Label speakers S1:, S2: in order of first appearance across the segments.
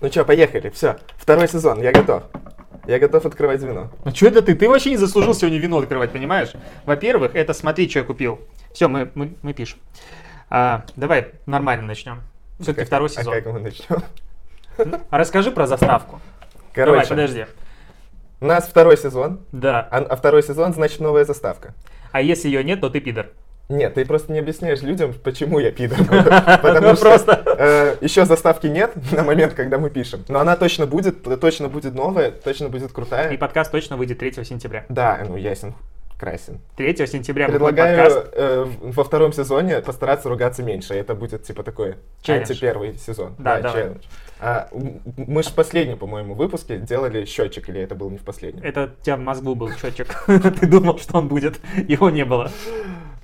S1: Ну что, поехали, все. Второй сезон, я готов. Я готов открывать звено.
S2: Ну что это ты? Ты вообще не заслужил сегодня вино открывать, понимаешь? Во-первых, это смотри, что я купил. Все, мы, мы, мы пишем. А, давай нормально начнем. Все-таки
S1: Как-
S2: второй
S1: А
S2: сезон.
S1: как мы начнем?
S2: А Расскажи про заставку.
S1: Короче,
S2: Давай, подожди.
S1: у нас второй сезон,
S2: Да.
S1: а, а второй сезон значит новая заставка.
S2: А если ее нет, то ты пидор.
S1: Нет, ты просто не объясняешь людям, почему я пидор. Потому
S2: Ну, Просто.
S1: что еще заставки нет на момент, когда мы пишем. Но она точно будет, точно будет новая, точно будет
S2: И
S1: крутая.
S2: подкаст точно выйдет 3 сентября.
S1: Да, ну ясен, красен.
S2: 3 сентября будет
S1: Предлагаю
S2: подкаст.
S1: э, в- во втором сезоне постараться ругаться меньше. Это будет типа такой
S2: Челлендж.
S1: антипервый сезон.
S2: Да, давай.
S1: челлендж. А, м- м- мы же в последнем, по-моему, выпуске делали счетчик, или это был не в последнем.
S2: Это у тебя в мозгу был счетчик. Ты думал, что он будет. Его не было.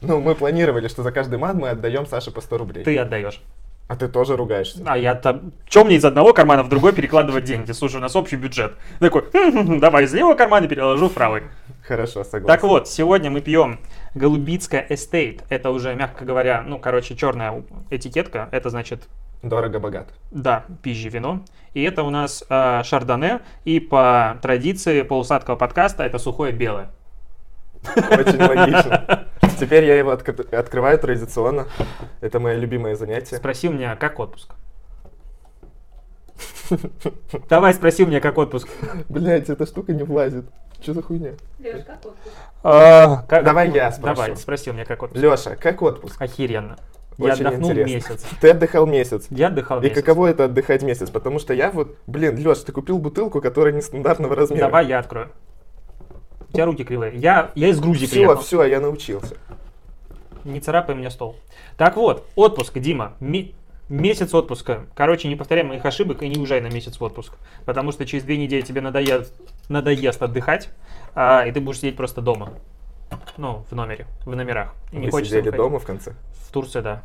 S1: Ну, мы планировали, что за каждый мат мы отдаем Саше по 100 рублей.
S2: Ты отдаешь.
S1: А ты тоже ругаешься.
S2: А я там... Чем мне из одного кармана в другой перекладывать деньги? Слушай, у нас общий бюджет. Такой, «Хм-хм-хм, давай из левого кармана переложу в правый.
S1: Хорошо, согласен.
S2: Так вот, сегодня мы пьем Голубицкая Эстейт. Это уже, мягко говоря, ну, короче, черная этикетка. Это значит,
S1: Дорого-богат.
S2: да, пизжи вино. И это у нас э, шардоне. И по традиции полусладкого подкаста это сухое белое.
S1: Очень логично. Теперь я его отк- открываю традиционно. Это мое любимое занятие.
S2: Спроси у меня, как отпуск? Давай спроси у меня, как отпуск.
S1: Блять, эта штука не влазит. Что за хуйня?
S3: Леш, как отпуск?
S2: А, Как- ну,
S1: Давай я спрошу.
S2: Давай, спроси у меня, как отпуск.
S1: Леша, как отпуск?
S2: Охеренно. Я
S1: Очень
S2: отдохнул
S1: интересно.
S2: месяц.
S1: Ты отдыхал месяц.
S2: Я отдыхал
S1: И
S2: месяц.
S1: каково это отдыхать месяц? Потому что я вот, блин, Леш, ты купил бутылку, которая нестандартного размера.
S2: Давай я открою. У тебя руки кривые. Я, я из Грузии
S1: Все,
S2: приехал.
S1: все, Ну, я научился.
S2: Не царапай мне стол. Так вот, отпуск, Дима. Ме- месяц отпуска. Короче, не повторяй моих ошибок и не уезжай на месяц в отпуск. Потому что через две недели тебе надоест, надоест отдыхать, а, и ты будешь сидеть просто дома. Ну, в номере, в номерах. И
S1: Мы сидели
S2: выходить.
S1: дома в конце.
S2: В Турции, да.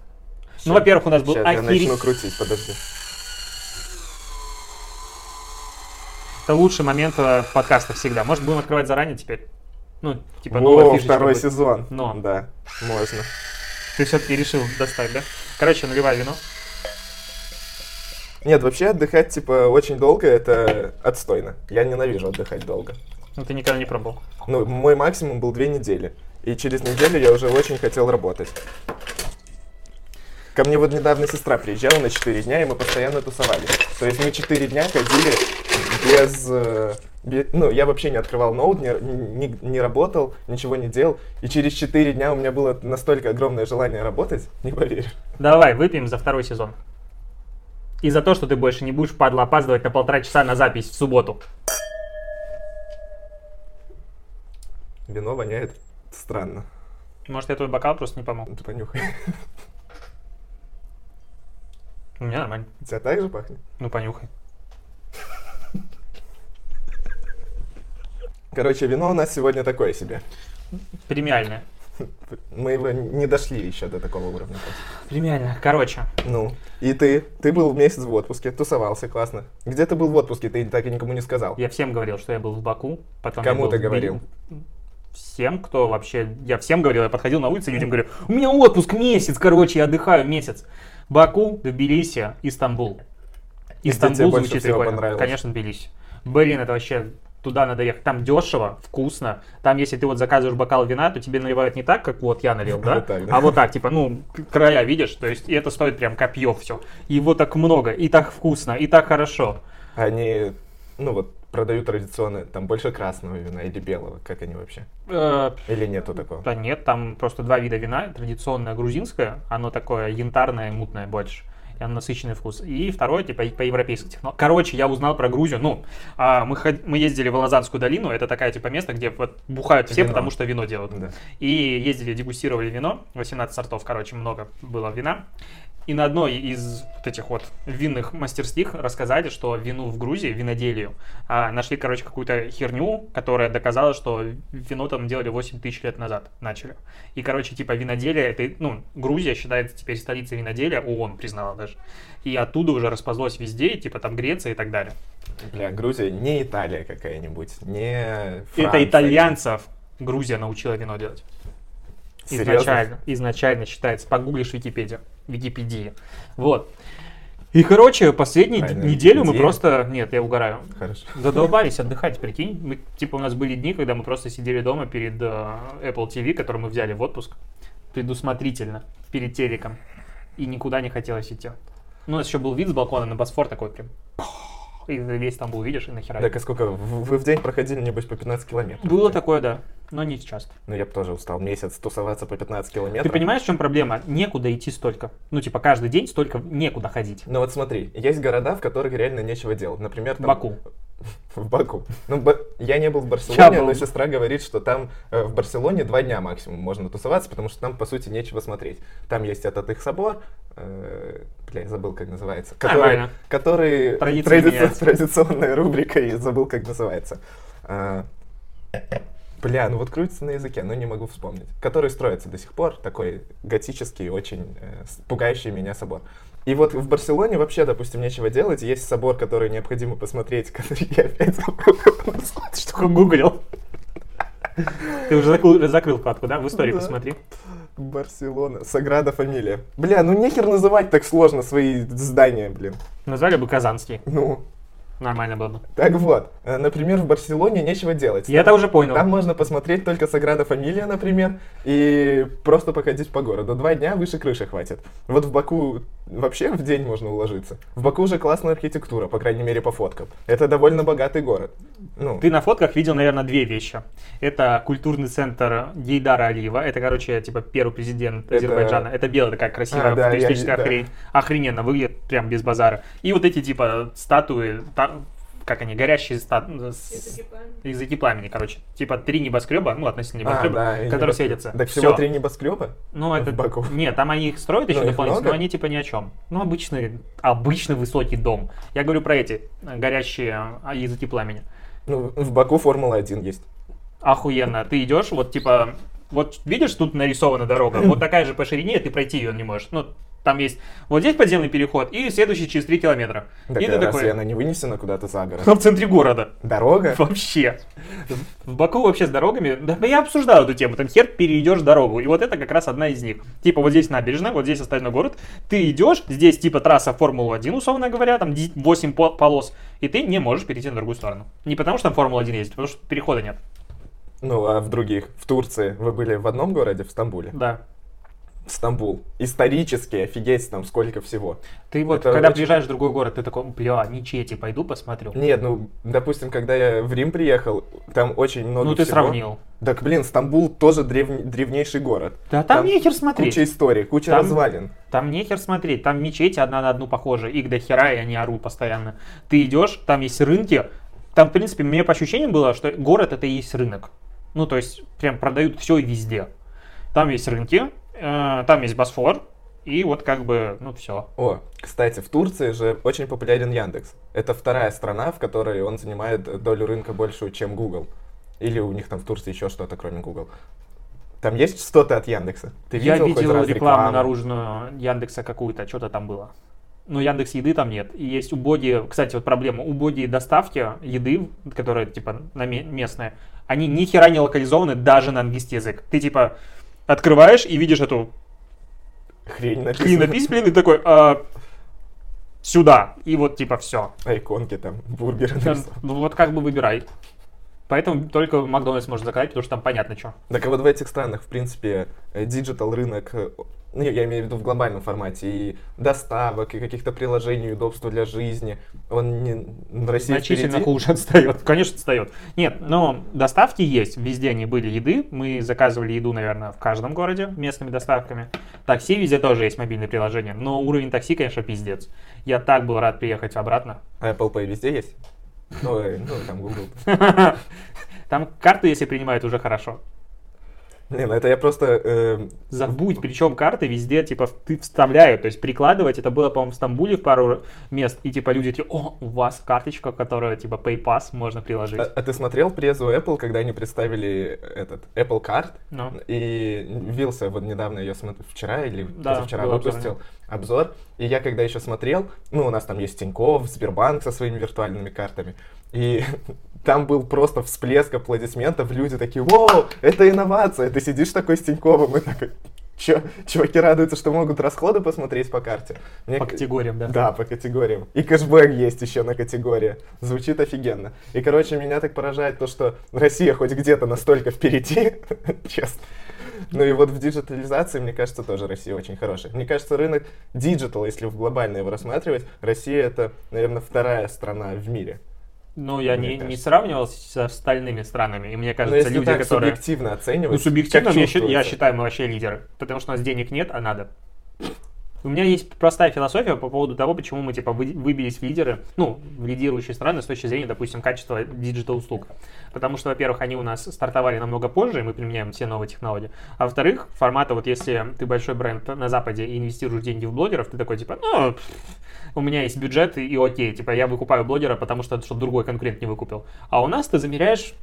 S1: Щас-
S2: Ну, во-первых, у нас был
S1: Сейчас я
S2: охерен-
S1: начну крутить, подожди.
S2: Это лучший момент э, подкаста всегда. Может, будем открывать заранее теперь? Ну, типа, новая
S1: Во,
S2: фишечка
S1: второй
S2: будет.
S1: сезон.
S2: Но.
S1: Да, можно.
S2: Ты все-таки решил достать, да? Короче, наливай вино.
S1: Нет, вообще отдыхать, типа, очень долго, это отстойно. Я ненавижу отдыхать долго.
S2: Ну, ты никогда не пробовал.
S1: Ну, мой максимум был две недели. И через неделю я уже очень хотел работать. Ко мне вот недавно сестра приезжала на 4 дня, и мы постоянно тусовались. То есть мы 4 дня ходили без... э, бе- Ну, я вообще не открывал ноут, не, не- не работал, ничего не делал. И через 4 дня у меня было настолько огромное желание работать, не поверишь.
S2: Давай, выпьем за второй сезон. И за то, что ты больше не будешь, падла, опаздывать на полтора часа на запись в субботу.
S1: Вино воняет странно.
S2: Может, я твой бокал просто не помог?
S1: Ты понюхай.
S2: У меня нормально.
S1: У тебя так же пахнет?
S2: Ну, понюхай.
S1: Короче, вино у нас сегодня такое себе.
S2: Премиальное.
S1: Мы его не дошли еще до такого уровня.
S2: Премиальное. Короче,
S1: Ну, и ты, ты был месяц в отпуске, тусовался, классно. Где ты был в отпуске, ты так и никому не сказал.
S2: я всем говорил, что я был в Баку. Потом я
S1: Кому
S2: был
S1: ты
S2: в
S1: говорил?
S2: Бели- Всем, кто вообще... Я всем говорил, я подходил на улицу, людям говорю, у меня отпуск месяц, короче, я отдыхаю месяц. Baku, Тбилиси, Истамбул.
S1: И где тебе
S2: Истамбул
S1: больше
S2: звучит
S1: всего
S2: прикольно.
S1: понравилось?
S2: Конечно, Тбилиси. Блин, это вообще туда надо ехать. Там дешево, вкусно. Там, если ты вот заказываешь бокал вина, то тебе наливают не так, как вот я налил, да?
S1: Вот так, да.
S2: А вот так, типа, ну, к- края видишь, то есть, и это стоит прям копье все. Его так много, и так вкусно, и так хорошо.
S1: А Они, ну вот, продают традиционно, там больше красного вина или белого, как они вообще?
S2: Э,
S1: Или нету такого?
S2: Да нет, там просто два вида вина. Традиционное грузинское, оно такое янтарное, мутное больше. И оно насыщенный вкус. И второе, типа, по европейской технологии. Короче, я узнал про Грузию. Ну, а, мы, ход- мы ездили в Лазанскую долину. Это такая, типа, место, где вот бухают все,
S1: Вино.
S2: потому что вино делают.
S1: Да.
S2: И ездили, дегустировали вино. 18 сортов, короче, много было вина. И на одной из вот этих вот винных мастерских рассказали, что вину в Грузии, виноделию, а, нашли, короче, какую-то херню, которая доказала, что вино там делали 8 тысяч лет назад, начали. И, короче, типа виноделие, это, ну, Грузия считается теперь столицей виноделия, ООН признала даже. И оттуда уже расползлось везде, и, типа там Греция и так далее.
S1: Бля, Грузия не Италия какая-нибудь, не
S2: Это
S1: Франция.
S2: итальянцев Грузия научила вино делать.
S1: Серьезно?
S2: Изначально, изначально считается. Погуглишь Википедию. Википедии. Вот. И, короче, последнюю
S1: Правильно,
S2: неделю мы
S1: неделю.
S2: просто... Нет, я угораю.
S1: Хорошо.
S2: Задолбались отдыхать, прикинь. Мы, типа, у нас были дни, когда мы просто сидели дома перед э, Apple TV, который мы взяли в отпуск, предусмотрительно, перед телеком, и никуда не хотелось идти. Ну, у нас еще был вид с балкона на Босфор такой прям. И весь там был, видишь, и нахера.
S1: Так, а сколько? в- Вы в день проходили, небось, по 15 километров?
S2: Было такое, да, но не часто.
S1: Ну, я бы тоже устал месяц тусоваться по 15 километров.
S2: Ты понимаешь, в чем проблема? Некуда идти столько. Ну, типа, каждый день столько некуда ходить.
S1: Ну вот смотри, есть города, в которых реально нечего делать. Например, там...
S2: Баку.
S1: В Баку. Ну, Ба- я не был в
S2: Я
S1: Барселоне,
S2: был.
S1: но сестра говорит, что там э, в Барселоне два дня максимум можно тусоваться, потому что там, по сути, нечего смотреть. Там есть этот их собор, э, бля, я забыл, как называется. Который,
S2: Нормально.
S1: который
S2: Традиции
S1: тради-
S2: меняются.
S1: традиционная рубрика, я забыл, как называется. А, Бля, ну вот крутится на языке, но не могу вспомнить. Который строится до сих пор, такой готический, очень э, с- пугающий меня собор. И вот в Барселоне вообще, допустим, нечего делать. Есть собор, который необходимо посмотреть, который я опять забыл, как он называется.
S2: Ты что, гуглил? Ты уже закрыл, закрыл вкладку, да? В истории
S1: Да.
S2: посмотри.
S1: Барселона, Саграда Фамилия. Бля, ну нехер называть так сложно свои здания, блин.
S2: Назвали бы Казанский.
S1: Ну,
S2: Нормально было бы.
S1: так вот. Э, Например, в Барселоне нечего делать.
S2: Я это уже понял.
S1: Там можно посмотреть только Саграда Фамилия, например, и просто походить по городу. Два дня выше крыши хватит. Вот в Баку вообще в день можно уложиться. В Баку уже классная архитектура, по крайней мере, по фоткам. Это довольно богатый город. Ну,
S2: Ты на фотках видел, наверное, две вещи. Это культурный центр Гейдара Алиева. Это, короче, типа первый президент
S1: Это-
S2: Азербайджана. Это белая такая красивая
S1: А, да, я-
S2: футуристическая
S1: да.
S2: хрень. Охрененно выглядит, прям без базара. И вот эти, типа, статуи, та- как они, горящие статуи.
S3: типа?
S2: Языки пламени, короче. Типа три небоскреба, ну,
S1: а,
S2: относительно небоскреба,
S1: да, и
S2: которые
S1: небоскреб-
S2: светятся.
S1: Так
S2: Всё.
S1: всего три небоскреба?
S2: Ну, это...
S1: в Баку.
S2: Нет, там они их строят еще
S1: Ну, их
S2: дополнительно, но
S1: много?
S2: они типа ни о чем. Ну, обычный, обычный высокий дом. Я говорю про эти э, горящие э, языки пламени.
S1: Ну, в Баку Формула-1 есть.
S2: Охуенно. Ты идешь, вот типа, вот видишь, тут нарисована дорога, вот такая же по ширине, ты пройти ее не можешь. Ну, там есть вот здесь подземный переход и следующий через 3 километра.
S1: Так,
S2: и
S1: а
S2: ты
S1: разве
S2: такой,
S1: она не вынесена куда-то за город?
S2: «Ну, в центре города.
S1: Дорога?
S2: Вообще. В Баку вообще с дорогами... Да я обсуждал эту тему. Там хер перейдешь дорогу. И вот это как раз одна из них. Типа вот здесь набережная, вот здесь остальной город. Ты идешь, здесь типа трасса Формула-1, условно говоря, там 8 полос. И ты не можешь перейти на другую сторону. Не потому что там Формула-1 ездит, потому что перехода нет.
S1: Ну, а в других? В Турции. Вы были в одном городе, в Стамбуле?
S2: Да.
S1: Стамбул. Исторически, офигеть, там сколько всего.
S2: Ты вот,
S1: Это
S2: когда
S1: очень-
S2: приезжаешь в другой город, ты такой, бля, мечети, пойду посмотрю.
S1: Нет, ну, допустим, когда я в Рим приехал, там очень много
S2: ну ты
S1: всего.
S2: сравнил.
S1: Так, блин, Стамбул тоже древ- древнейший город.
S2: Да там,
S1: Там
S2: нехер смотреть.
S1: Куча историй, куча
S2: Там-
S1: развалин.
S2: Там нехер смотреть, там мечети одна на одну похожи, их до хера, и они орут постоянно. Ты идешь, там есть рынки, там, в принципе, мне по ощущениям было, что город это и есть рынок. Ну, то есть, прям продают все и везде. Там есть рынки, э, там есть Босфор, и вот как бы, ну, все.
S1: О, кстати, в Турции же очень популярен Яндекс. Это вторая страна, в которой он занимает долю рынка большую, чем Google. Или у них там в Турции еще что-то, кроме Google. Там есть что-то от Яндекса? Ты
S2: Я
S1: видел хоть
S2: видел
S1: раз
S2: рекламу, наружную Яндекса какую-то, что-то там было. Но Яндекс еды там нет. И есть убогие, кстати, вот проблема, убогие доставки еды, которые типа на ме- местные, они ни хера не локализованы даже на английский язык. Ты типа открываешь и видишь эту
S1: Хрень написана.
S2: клинопись, блин, и такой «А, сюда. И вот типа все.
S1: А иконки там, бургеры. нарисованы.
S2: Ну вот как бы выбирай. Поэтому только Макдональдс можно заказать, потому что там понятно что.
S1: Так а вот в этих странах, в принципе, диджитал рынок, э, ну, я имею в виду в глобальном формате, и доставок, и каких-то приложений, и удобства для жизни, он не... ну, Россия
S2: значительно
S1: впереди.
S2: хуже отстает. Конечно, отстает. Нет, но доставки есть. Везде они были еды. Мы заказывали еду, наверное, в каждом городе местными доставками. Такси везде тоже есть мобильные приложения. Но уровень такси, конечно, пиздец. Я так был рад приехать обратно.
S1: А Apple Pay везде есть? Ну, э, ну, там Google.
S2: Там карты, если принимают, уже хорошо.
S1: Не, ну это я просто... э,
S2: Забудь, причем карты везде, типа, в- ты вставляют, то есть прикладывать, это было, по-моему, в Стамбуле в пару мест, и, типа, люди такие, о, у вас карточка, которая, типа, PayPass можно приложить.
S1: а, а ты смотрел презу Apple, когда они представили этот Apple Card?
S2: Ну.
S1: И Вилса вот недавно ее смотрел, вчера или
S2: Да,
S1: позавчера
S2: был обзор,
S1: выпустил обзор. И я когда еще смотрел, ну, у нас там есть Тинькофф, Сбербанк со своими виртуальными картами. И там был просто всплеск аплодисментов, люди такие, вау, это инновация, ты сидишь такой с Тиньковым и такой, Чё- чуваки радуются, что могут расходы посмотреть по карте. Мне
S2: По
S1: к-
S2: категориям, э, да.
S1: Да, по категориям. И кэшбэк есть еще на категории. Звучит офигенно. И, короче, меня так поражает то, что Россия хоть где-то настолько впереди, честно. Ну и вот в диджитализации, мне кажется, тоже Россия очень хорошая. Мне кажется, рынок диджитал, если в глобально его рассматривать, Россия это, наверное, вторая страна в мире.
S2: Ну, я
S1: Мне
S2: не, не
S1: кажется.
S2: сравнивал со остальными странами. И мне
S1: Но
S2: кажется,
S1: если
S2: люди,
S1: так
S2: которые...
S1: субъективно оценивать,
S2: Ну, субъективно,
S1: как
S2: я, счит- я
S1: чувствуется?
S2: считаю, мы вообще лидеры. Потому что у нас денег нет, а надо. У меня есть простая философия по поводу того, почему мы типа вы- выбились в лидеры, ну, в лидирующие страны с точки зрения, допустим, качества диджитал услуг. Потому что, во-первых, они у нас стартовали намного позже, и мы применяем все новые технологии. А во-вторых, формата, вот если ты большой бренд на Западе и инвестируешь деньги в блогеров, ты такой, типа, ну, пф, у меня есть бюджет, и, и окей, типа, я выкупаю блогера, потому что, чтобы другой конкурент не выкупил. А у нас ты замеряешь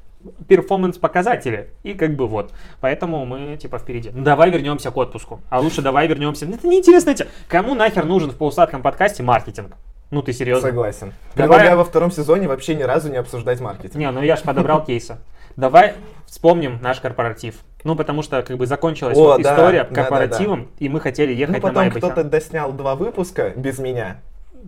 S2: перформанс-показатели. И как бы вот. Поэтому мы типа впереди. Ну, Давай вернемся к отпуску. А лучше давай вернемся. Это неинтересно. тебе. Кому нахер нужен в полусладком подкасте маркетинг? Ну ты серьезно?
S1: Согласен.
S2: Давай-
S1: Предлагаю во втором сезоне вообще ни разу не обсуждать маркетинг.
S2: Не, ну я же подобрал кейсы. Давай вспомним наш корпоратив. Ну, потому что как бы закончилась
S1: О,
S2: вот
S1: да,
S2: история
S1: да, да,
S2: корпоративом, и мы хотели
S1: Ну,
S2: ехать на
S1: потом
S2: Майбахе.
S1: кто-то доснял два выпуска без меня,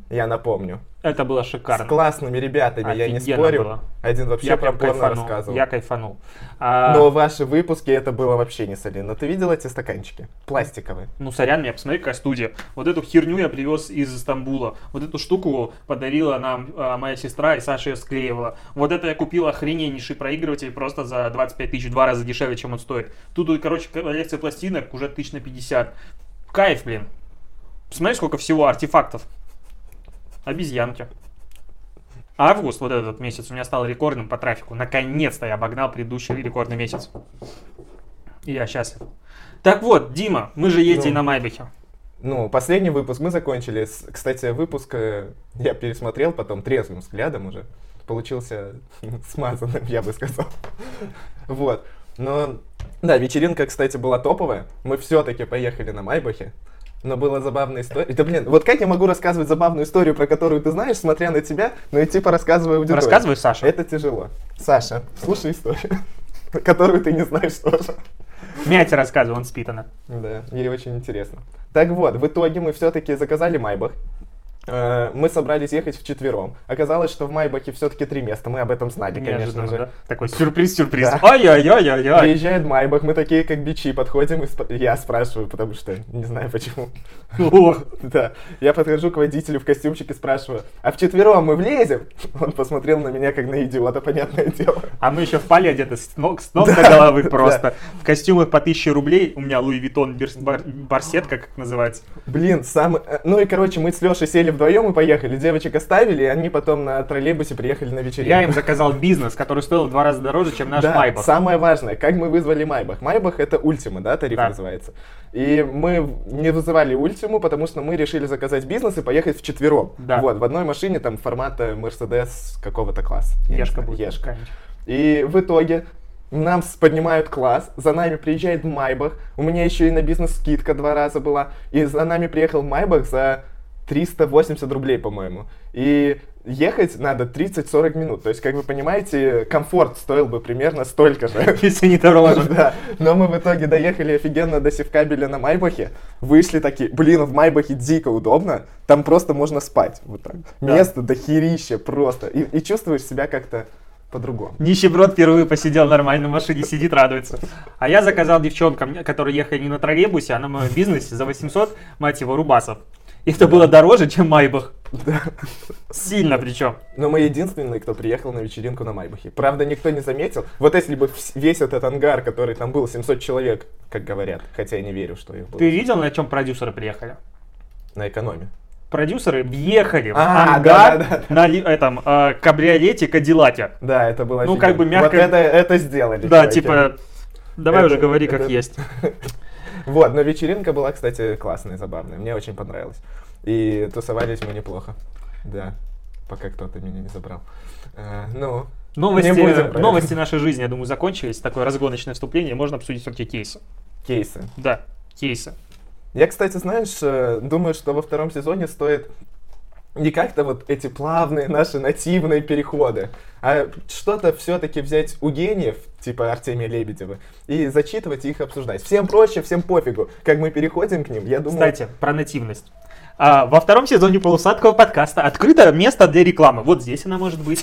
S1: я напомню.
S2: Это было шикарно.
S1: С классными ребятами, я не
S2: Офигенно
S1: спорю.
S2: было.
S1: Один вообще
S2: я
S1: про
S2: прям
S1: порно
S2: кайфанул.
S1: рассказывал.
S2: Я кайфанул. А,
S1: Но ваши выпуски это было вообще не солидно. Ты видел эти стаканчики? Пластиковые.
S2: Ну, сорян, меня посмотри, какая студия. Вот эту херню я привез из Стамбула. Вот эту штуку подарила нам а, моя сестра, и Саша ее склеивала. Вот это я купил охрененнейший проигрыватель просто за 25 тысяч, в два раза дешевле, чем он стоит. Тут, короче, коллекция пластинок уже тысяч на 50. Кайф, блин. Посмотри, сколько всего артефактов. Обезьянки. Август, вот этот месяц, у меня стал рекордным по трафику. Наконец-то я обогнал предыдущий рекордный месяц. И я счастлив. Так вот, Дима, мы же ездили
S1: Ну.
S2: на Майбахе.
S1: Ну, последний выпуск мы закончили. с- Кстати, выпуск э, я пересмотрел потом трезвым взглядом уже. Получился смазанным, я бы сказал. Вот. Но, да, вечеринка, кстати, была топовая. Мы все-таки поехали на Майбахе. Но была забавная история. Да, блин, вот как я могу рассказывать забавную историю, про которую ты знаешь, смотря на тебя, но и типа рассказываю аудитории?
S2: Рассказывай, Саша.
S1: Это тяжело. Саша, слушай историю, которую ты не знаешь тоже.
S2: Мяти рассказывай, он спит она.
S1: Да, ей очень интересно. Так вот, в итоге мы все-таки заказали Майбах. Э, Мы собрались ехать вчетвером. Оказалось, что в Майбахе все-таки три места. Мы об этом знали, А конечно
S2: Неожиданно,
S1: же.
S2: да? Такой сюрприз-сюрприз.
S1: Да.
S2: Ай-яй-яй-яй-яй.
S1: Приезжает Майбах, мы такие как бичи подходим, и спо- я спрашиваю, потому что не знаю почему.
S2: Ох.
S1: Да, я подхожу к водителю в костюмчике, спрашиваю, а вчетвером мы влезем? Он посмотрел на меня как на идиота, понятное дело.
S2: А мы еще в поле одеты с ног, с ног до
S1: Да,
S2: головы
S1: да.
S2: просто. В костюмах по 1000 рублей. У меня Луи Витон барсетка, как называется.
S1: Блин, сам... э, Ну и, короче, мы с Лешей сели вдвоем и поехали. Девочек оставили, и они потом на троллейбусе приехали на вечеринку.
S2: Я им заказал бизнес, который стоил в два раза дороже, чем наш
S1: да,
S2: Майбах.
S1: самое важное, как мы вызвали Майбах. Майбах это Ультима, да, тариф
S2: Да.
S1: называется. И мы в- не вызывали Ультиму, потому что мы решили заказать бизнес и поехать вчетвером.
S2: Да.
S1: Вот, в одной машине там формата Мерседес какого-то класса. Я не
S2: Ешка
S1: знаю,
S2: будет.
S1: Ешка.
S2: конечно.
S1: И в итоге нам с- поднимают класс, за нами приезжает Майбах, у меня еще и на бизнес скидка два раза была, и за нами приехал Майбах за 380 рублей, по-моему. И ехать надо 30-40 минут, то есть, как вы понимаете, комфорт стоил бы примерно столько же.
S2: Если не дороже.
S1: Да, но мы в итоге доехали офигенно до севкабеля на Майбахе, вышли такие, блин, в Майбахе дико удобно, там просто можно спать, вот так.
S2: Да.
S1: Место дохерища просто, и, и чувствуешь себя как-то по-другому.
S2: Нищеброд впервые посидел нормально в машине, сидит, радуется. А я заказал девчонкам, которые ехали не на троллейбусе, а на моем бизнесе за 800, мать его, рубасов. И это было дороже, чем Майбах.
S1: Да.
S2: Сильно причем.
S1: Но мы единственные, кто приехал на вечеринку на Майбахе. Правда, никто не заметил. Вот если бы вс- весь этот ангар, который там был, 700 человек, как говорят, хотя я не верю, что их было,
S2: Ты видел, на чем продюсеры приехали?
S1: на экономе.
S2: Продюсеры въехали в
S1: А,
S2: ангар
S1: да-да-да.
S2: на ли- этом э, кабриолете Кадиллаке.
S1: Да, это было
S2: Ну,
S1: офигенно.
S2: как бы
S1: Вот
S2: мягко-
S1: это, это сделали.
S2: Да,
S1: чуваки.
S2: типа, давай
S1: Это-
S2: уже говори, как
S1: это-
S2: есть.
S1: Вот, но вечеринка была, кстати, классная, забавная. Мне очень понравилось. И тусовались мы неплохо. Да, пока кто-то меня не забрал. Э, ну, Не будем
S2: Новости,
S1: про
S2: новости
S1: это.
S2: нашей жизни, я думаю, закончились. Такое разгоночное вступление. Можно обсудить все-таки кейсы.
S1: кейсы.
S2: Да, кейсы.
S1: Я, кстати, знаешь, э, думаю, что во втором сезоне стоит не как-то вот эти плавные наши нативные переходы, а что-то все-таки взять у гениев, типа Артемия Лебедева, и зачитывать и их обсуждать. Всем проще, всем пофигу. Как мы переходим к ним, я думаю...
S2: Кстати, про нативность. А, во втором сезоне полусадкого подкаста открыто место для рекламы. Вот здесь она может быть.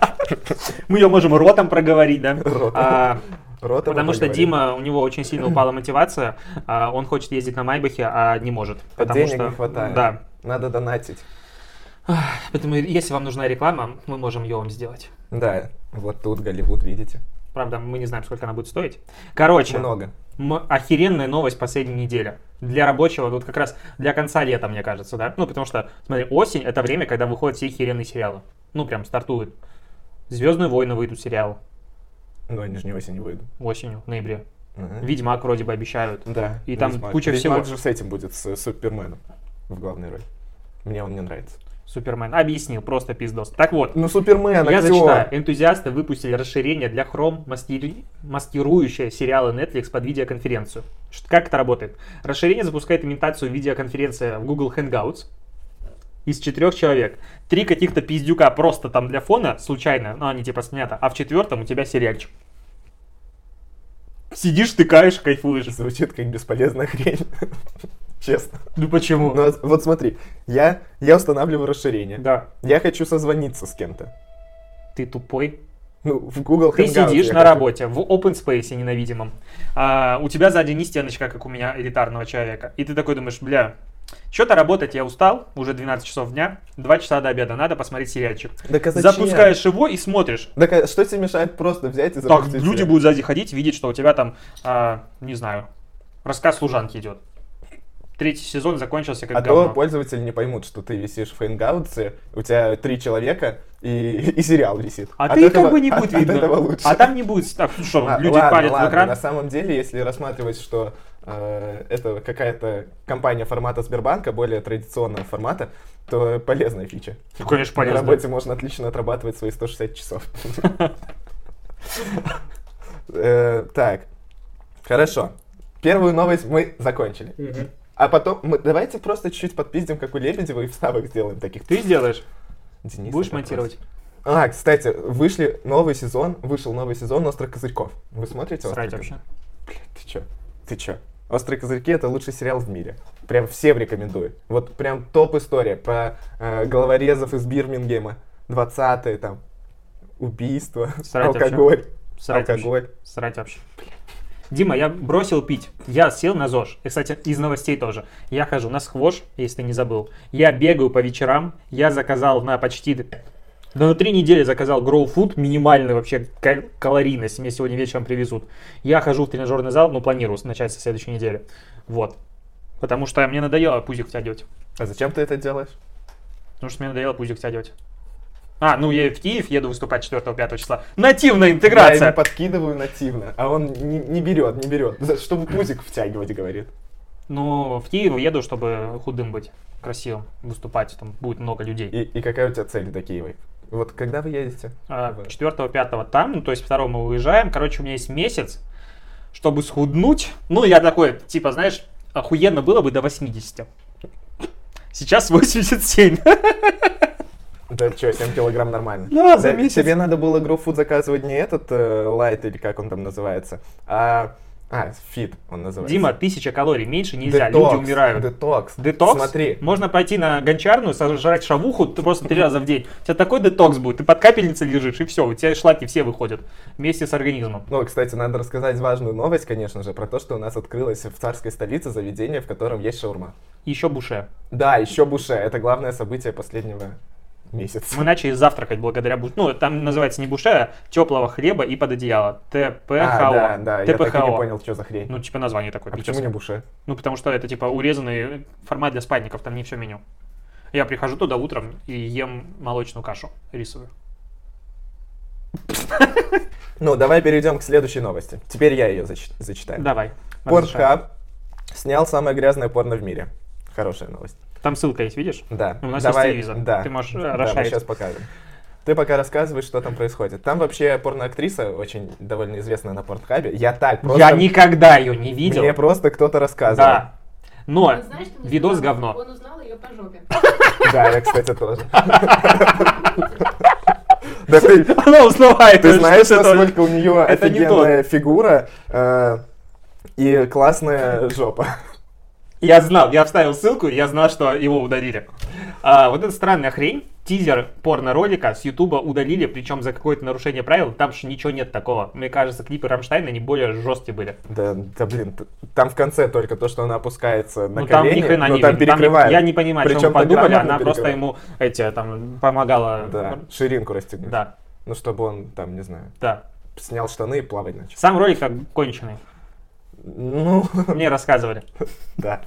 S2: Мы ее можем ротом проговорить, да?
S1: Ротом.
S2: А,
S1: Ротова
S2: Потому что
S1: поговорим.
S2: Дима, у него очень сильно упала мотивация. а, Он хочет ездить на Майбахе, а не может.
S1: Вот
S2: потому
S1: денег
S2: что-
S1: не хватает.
S2: Да.
S1: Надо донатить.
S2: Поэтому, если вам нужна реклама, мы можем ее вам сделать.
S1: Да, вот тут Голливуд, видите?
S2: Правда, мы не знаем, сколько она будет стоить. Короче,
S1: Много.
S2: м- охеренная новость последней недели. Для рабочего, вот как раз для конца лета, мне кажется, да? Ну, потому что, смотри, осень — это время, когда выходят все охеренные сериалы. Ну, прям стартуют. «Звездные войны» выйдут сериалы
S1: Но они же не осенью выйдут.
S2: осенью, в ноябре.
S1: Ага.
S2: «Ведьмак» вроде бы обещают.
S1: Да.
S2: И там
S1: Ведьмак.
S2: куча
S1: Ведьмак
S2: всего.
S1: же с этим будет, с э, Суперменом в главной роли. Мне он не нравится.
S2: Супермен. Объяснил, просто пиздос. Так вот,
S1: Ну, Супермен,
S2: Я
S1: актер.
S2: зачитаю. Энтузиасты выпустили расширение для Chrome, мастери- маскирующее сериалы Netflix под видеоконференцию. Ш- Как это работает? Расширение запускает имитацию видеоконференции в Google Hangouts из четырех человек. Три каких-то пиздюка просто там для фона, случайно, ну они типа снято, а в четвертом у тебя сериальчик. Сидишь, тыкаешь, кайфуешь.
S1: Звучит как бесполезная хрень. Честно.
S2: Ну почему?
S1: Ну, вот смотри, я, я устанавливаю расширение.
S2: Да.
S1: Я хочу созвониться с кем-то.
S2: Ты тупой.
S1: Ну, в Google
S2: Ты
S1: Hangout
S2: сидишь
S1: я
S2: на
S1: хочу.
S2: работе в open space ненавидимом. А, у тебя сзади не стеночка, как у меня, элитарного человека. И ты такой думаешь, бля, что-то работать я устал, уже 12 часов дня, 2 часа до обеда, надо посмотреть сериальчик.
S1: Так, а зачем?
S2: Запускаешь его и смотришь.
S1: Так, а что тебе мешает просто взять и
S2: Так,
S1: запустить?
S2: люди
S1: её?
S2: будут сзади ходить, видеть, что у тебя там, а, не знаю, рассказ служанки идет. Третий сезон закончился как
S1: А
S2: говно.
S1: то пользователи не поймут, что ты висишь в Хэнгаутсе, у тебя три человека и, и сериал висит.
S2: А
S1: От
S2: ты
S1: этого-
S2: как бы не
S1: от-
S2: будет
S1: от
S2: видно.
S1: этого лучше.
S2: А там не будет. Так, ну что,
S1: Ла-
S2: люди
S1: ладно,
S2: палят
S1: ладно,
S2: в экран.
S1: На самом деле, если рассматривать, что э, это какая-то компания формата Сбербанка, более традиционного формата, то полезная фича.
S2: Ну, конечно,
S1: На
S2: полезно.
S1: работе можно отлично отрабатывать свои 160 часов. Э, Так, хорошо. Первую новость мы закончили.
S2: Мгм.
S1: А потом мы давайте просто чуть-чуть подпиздим, как у Лебедева, и вставок сделаем таких.
S2: Ты сделаешь,
S1: Денис,
S2: будешь
S1: это просто.
S2: монтировать.
S1: А, кстати, вышли новый сезон, вышел новый сезон «Острых козырьков». Вы смотрите «Острых
S2: Срать
S1: козырьков»?
S2: вообще.
S1: Ты чё? Ты чё? «Острые козырьки» — это лучший сериал в мире. Прям всем рекомендую. Вот прям топ-история про э, головорезов из Бирмингема. 20-е там. Убийство,
S2: Срать вообще.
S1: алкоголь.
S2: Срать вообще.
S1: алкоголь.
S2: Срать вообще. Дима, я бросил пить. Я сел на ЗОЖ. И, кстати, из новостей тоже. Я хожу на схвош, если ты не забыл. Я бегаю по вечерам. Я заказал на почти... Да на три недели заказал Grow Food, минимальный вообще кал- калорийность. Мне сегодня вечером привезут. Я хожу в тренажерный зал, но планирую начать со следующей недели. Вот. Потому что мне надоело пузик втягивать.
S1: А зачем ты это делаешь?
S2: Потому что мне надоело пузик втягивать. А, ну я в Киев еду выступать 4-5 числа. Нативная
S1: Я
S2: интеграция.
S1: ему подкидываю нативно, а он не, не берет, не берет. За- Чтобы пузик втягивать, говорит.
S2: Ну, в Киев еду, чтобы худым быть, красивым, выступать, там будет много людей.
S1: И, и какая у тебя цель до Киева? Вот когда вы едете? вот.
S2: 4-5 А там, ну, то есть 2 мы уезжаем. Короче, у меня есть месяц, чтобы схуднуть. Ну, я такой, типа, знаешь, охуенно было бы до 80. Сейчас 87.
S1: Да что, 7 килограмм нормально.
S2: Да, за
S1: Да,
S2: Ну месяц.
S1: Тебе надо было GrowFood заказывать не этот э, лайт или как он там называется, а... А, фит он называется.
S2: Дима, тысяча калорий меньше нельзя,
S1: Детокс,
S2: люди умирают.
S1: Детокс.
S2: Детокс?
S1: Смотри.
S2: Можно пойти на гончарную, сожрать шавуху ты просто три раза в день. У тебя такой детокс будет, ты под капельницей лежишь, и все, у тебя шлаки все выходят вместе с организмом.
S1: Ну, кстати, надо рассказать важную новость, конечно же, про то, что у нас открылось в царской столице заведение, в котором есть шаурма.
S2: Еще буше.
S1: Да, еще буше. Это главное событие последнего месяца.
S2: Мы начали завтракать благодаря буше. Ну, там называется не буше, а теплого хлеба и под одеяло. ТПХО.
S1: А, да, да, я так и не
S2: TPHO.
S1: понял, что за хрень.
S2: Ну, типа название такое.
S1: а почему
S2: причёсное.
S1: не буше?
S2: Ну, потому что это типа урезанный формат для спальников, там не все меню. Я прихожу туда утром и ем молочную кашу рисовую.
S1: Ну, давай перейдем к следующей новости. Теперь я ее зачи- зачитаю.
S2: Давай. разрешаю.
S1: Порнхаб снял самое грязное порно в мире. Хорошая новость.
S2: Там ссылка есть, видишь?
S1: Да.
S2: У нас
S1: Давай,
S2: есть телевизор.
S1: Да.
S2: Ты можешь э,
S1: Да,
S2: расшарить.
S1: сейчас покажем. Ты пока рассказываешь, что там происходит. Там вообще порноактриса, очень довольно известная на Портхабе. Я так просто...
S2: Я никогда ее не видел.
S1: Мне просто кто-то рассказывал.
S2: Да. Но
S3: Он, знаешь, что он
S2: видос
S3: узнал?
S2: говно. А,
S3: Он узнал ее по жопе.
S1: Да, я, кстати, тоже. Да ты,
S2: Она узнавает.
S1: ты
S2: что
S1: знаешь,
S2: это тоже.
S1: насколько у нее
S2: Это не тот.
S1: офигенная фигура э, и классная жопа.
S2: Я знал, я вставил ссылку, я знал, что его удалили. А, вот эта странная хрень. Тизер порно-ролика с Ютуба удалили, причем за какое-то нарушение правил. Там же ничего нет такого. Мне кажется, клипы Рамштайна, они более жесткие были.
S1: Да, да, блин, т- там в конце только то, что она опускается на
S2: ну там
S1: колени,
S2: ни хрена
S1: но
S2: не
S1: там
S2: видно.
S1: перекрывает.
S2: я не понимаю, что
S1: Причем
S2: мы
S1: так
S2: подумали.
S1: грамотно
S2: Она просто
S1: перекрывает.
S2: ему эти там помогала.
S1: Да, ширинку расстегнуть.
S2: Да,
S1: Ну, чтобы он там, не знаю,
S2: да.
S1: снял штаны и плавать начал.
S2: Сам ролик как конченый.
S1: Ну,
S2: Мне рассказывали.
S1: да.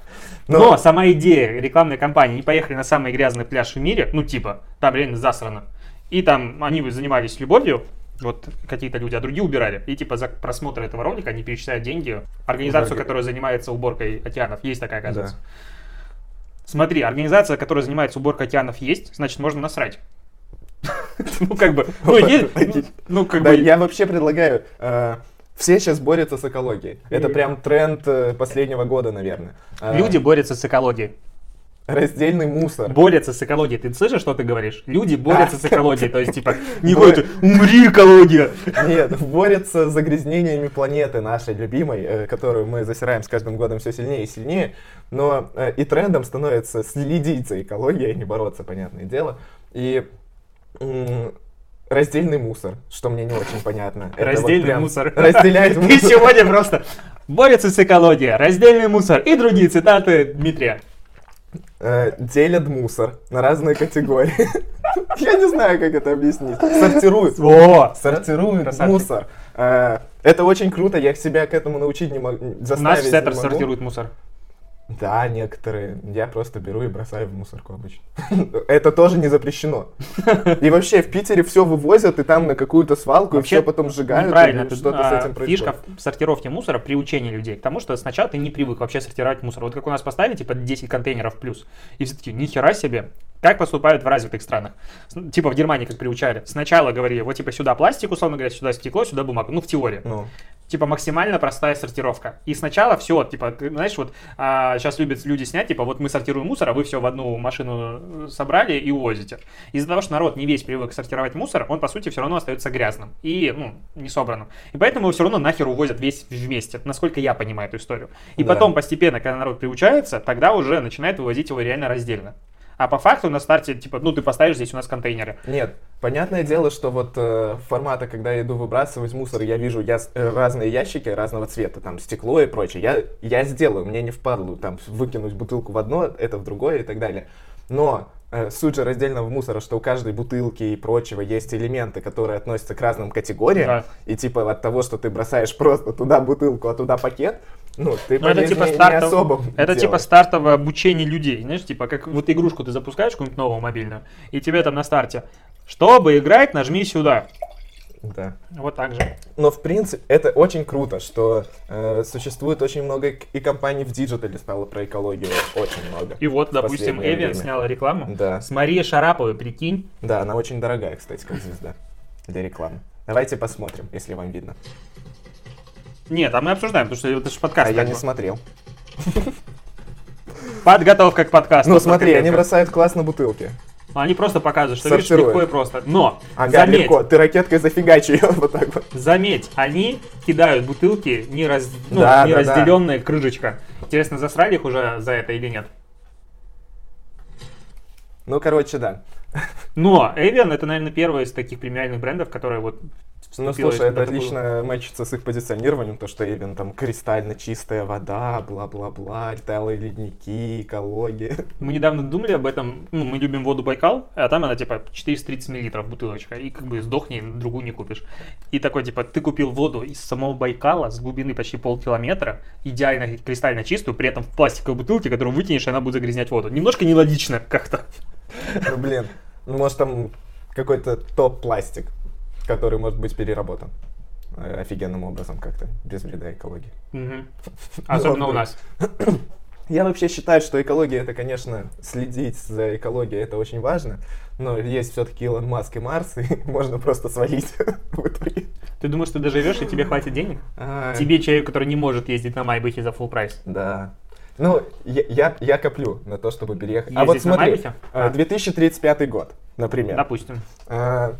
S1: Ну,
S2: Но,
S1: Но,
S2: сама идея рекламной кампании, они поехали на самый грязный пляж в мире, ну типа, там реально засрано. И там они бы занимались любовью, вот какие-то люди, а другие убирали. И типа за просмотр этого ролика они перечисляют деньги организацию,
S1: Уборки.
S2: которая занимается уборкой океанов. Есть такая, оказывается. Смотри, организация, которая занимается уборкой океанов, есть, значит, можно насрать. Ну, как бы, ну, есть, ну, как
S1: да,
S2: бы,
S1: я вообще предлагаю, э, все сейчас борются с экологией. Это прям тренд э, последнего года, наверное. Э,
S2: люди борются с экологией.
S1: Раздельный мусор.
S2: борются с экологией. Ты слышишь, что ты говоришь? Люди борются с экологией. То есть, типа, не
S1: Бо-
S2: ходят, умри, экология!
S1: Нет, борется с загрязнениями планеты нашей любимой, э, которую мы засираем с каждым годом все сильнее и сильнее. Но э, и трендом становится следить за экологией, а не бороться, понятное дело. И м, раздельный мусор, что мне не очень понятно. Это вот
S2: Раздельный
S1: прям
S2: мусор.
S1: Разделять
S2: Ты
S1: мусор.
S2: сегодня просто борются с экологией, раздельный мусор и другие цитаты Дмитрия.
S1: Э, Делят мусор на разные категории. Я не знаю, как это объяснить. Сортируют.
S2: О!
S1: Сортируют
S2: Красавчик.
S1: мусор. Э, Это очень круто, я себя к этому научить не могу,
S2: У нас
S1: заставить
S2: сеттер
S1: не могу.
S2: сортирует мусор.
S1: Да, некоторые. Я просто беру и бросаю в мусорку обычно. Это тоже не запрещено. И вообще в Питере все вывозят и там на какую-то свалку, и
S2: Вообще,
S1: все потом сжигают.
S2: Неправильно.
S1: и
S2: тут,
S1: Что-то
S2: а,
S1: с этим происходит.
S2: Фишка в сортировке мусора приучение людей к тому, что сначала ты не привык вообще сортировать мусор. Вот как у нас поставили, типа, 10 контейнеров плюс, и все таки нихера себе, как поступают в развитых странах. С- Типа в Германии как приучали. Сначала говорили, вот типа сюда пластик, условно говоря, сюда стекло, сюда бумага. Ну, в теории.
S1: Ну,
S2: типа максимально простая сортировка. И сначала все, типа, ты знаешь, вот сейчас любят люди снять, типа, вот мы сортируем мусор, а вы все в одну машину э, собрали и увозите. Из-за того, что народ не весь привык сортировать мусор, он по сути все равно остается грязным и ну, не собранным. И поэтому его все равно нахер увозят весь вместе, насколько я понимаю эту историю. И
S1: Да.
S2: потом постепенно, когда народ приучается, тогда уже начинает вывозить его реально раздельно. А по факту на старте, типа, ну ты поставишь здесь у нас контейнеры.
S1: нет. Понятное дело, что вот э, формата, когда я иду выбрасывать мусор, я вижу яс- э, разные ящики разного цвета, там стекло и прочее. Я, я сделаю, мне не впадлу там выкинуть бутылку в одно, это в другое и так далее. Но э, суть же раздельного мусора, что у каждой бутылки и прочего есть элементы, которые относятся к разным категориям.
S2: Да.
S1: И типа от того, что ты бросаешь просто туда бутылку, а туда пакет, ну, ты
S2: Ну, это
S1: полезнее
S2: типа
S1: не
S2: стартов-
S1: особо
S2: Это
S1: делаешь.
S2: типа стартовое обучение людей. Знаешь, типа как вот игрушку ты запускаешь, какую-нибудь новую мобильную, и тебе там на старте. Чтобы играть, нажми сюда.
S1: Да.
S2: Вот так же.
S1: Но, в принципе, это очень круто, что э, существует очень много и- и компаний в диджитале стало про экологию. Очень много.
S2: И вот, допустим,
S1: последнее
S2: Эвиан
S1: время.
S2: сняла рекламу.
S1: Да.
S2: С Марией Шараповой, прикинь.
S1: Да, она очень дорогая, кстати, как звезда для рекламы. Давайте посмотрим, если вам видно.
S2: Нет, а мы обсуждаем, потому что это же подкаст.
S1: А я
S2: как
S1: не
S2: бы.
S1: смотрел.
S2: Подготовка к подкасту.
S1: Ну, смотри, они
S2: подготовка.
S1: бросают классно бутылки.
S2: Они просто показывают, что видишь,
S1: Сортируют.
S2: легко и просто. Но,
S1: Ага,
S2: А, заметь,
S1: легко. Ты ракеткой зафигачи ее вот так вот.
S2: Заметь, они кидают бутылки не, раз... ну,
S1: Да,
S2: не
S1: да, да.
S2: разделенные крышечка. Интересно, засрали их уже за это или нет?
S1: Ну, короче, да.
S2: Но Эвиан это, наверное, первый из таких премиальных брендов, которые вот
S1: Ну,
S2: вступила
S1: слушай, это
S2: на такую-
S1: отлично мэчится с их позиционированием, то, что Эвен там кристально чистая вода, бла-бла-бла, талые ледники, экология.
S2: Мы недавно думали об этом, ну, мы любим воду Байкал, а там она типа 430 миллилитров бутылочка, и как бы сдохни, другую не купишь. И такой типа, ты купил воду из самого Байкала с глубины почти полкилометра, идеально кристально чистую, при этом в пластиковой бутылке, которую вытянешь, и она будет загрязнять воду. Немножко нелогично как-то.
S1: Ну, блин, ну, может, там какой-то топ-пластик, который может быть переработан э, офигенным образом как-то, без вреда экологии.
S2: Мгм. Особенно у нас.
S1: Я вообще считаю, что экология, это, конечно, следить за экологией, это очень важно, но есть все-таки Илон Маск и Марс, и можно просто свалить в итоге.
S2: Ты думаешь, ты доживешь, и тебе хватит денег?
S1: А,
S2: Тебе, человек, который не может ездить на Майбахе за full прайс.
S1: Да. Ну, я, я, я коплю на то, чтобы переехать. а
S2: Ездить
S1: вот
S2: на
S1: смотри,
S2: Мавике?
S1: э, 2035 год, например.
S2: Допустим.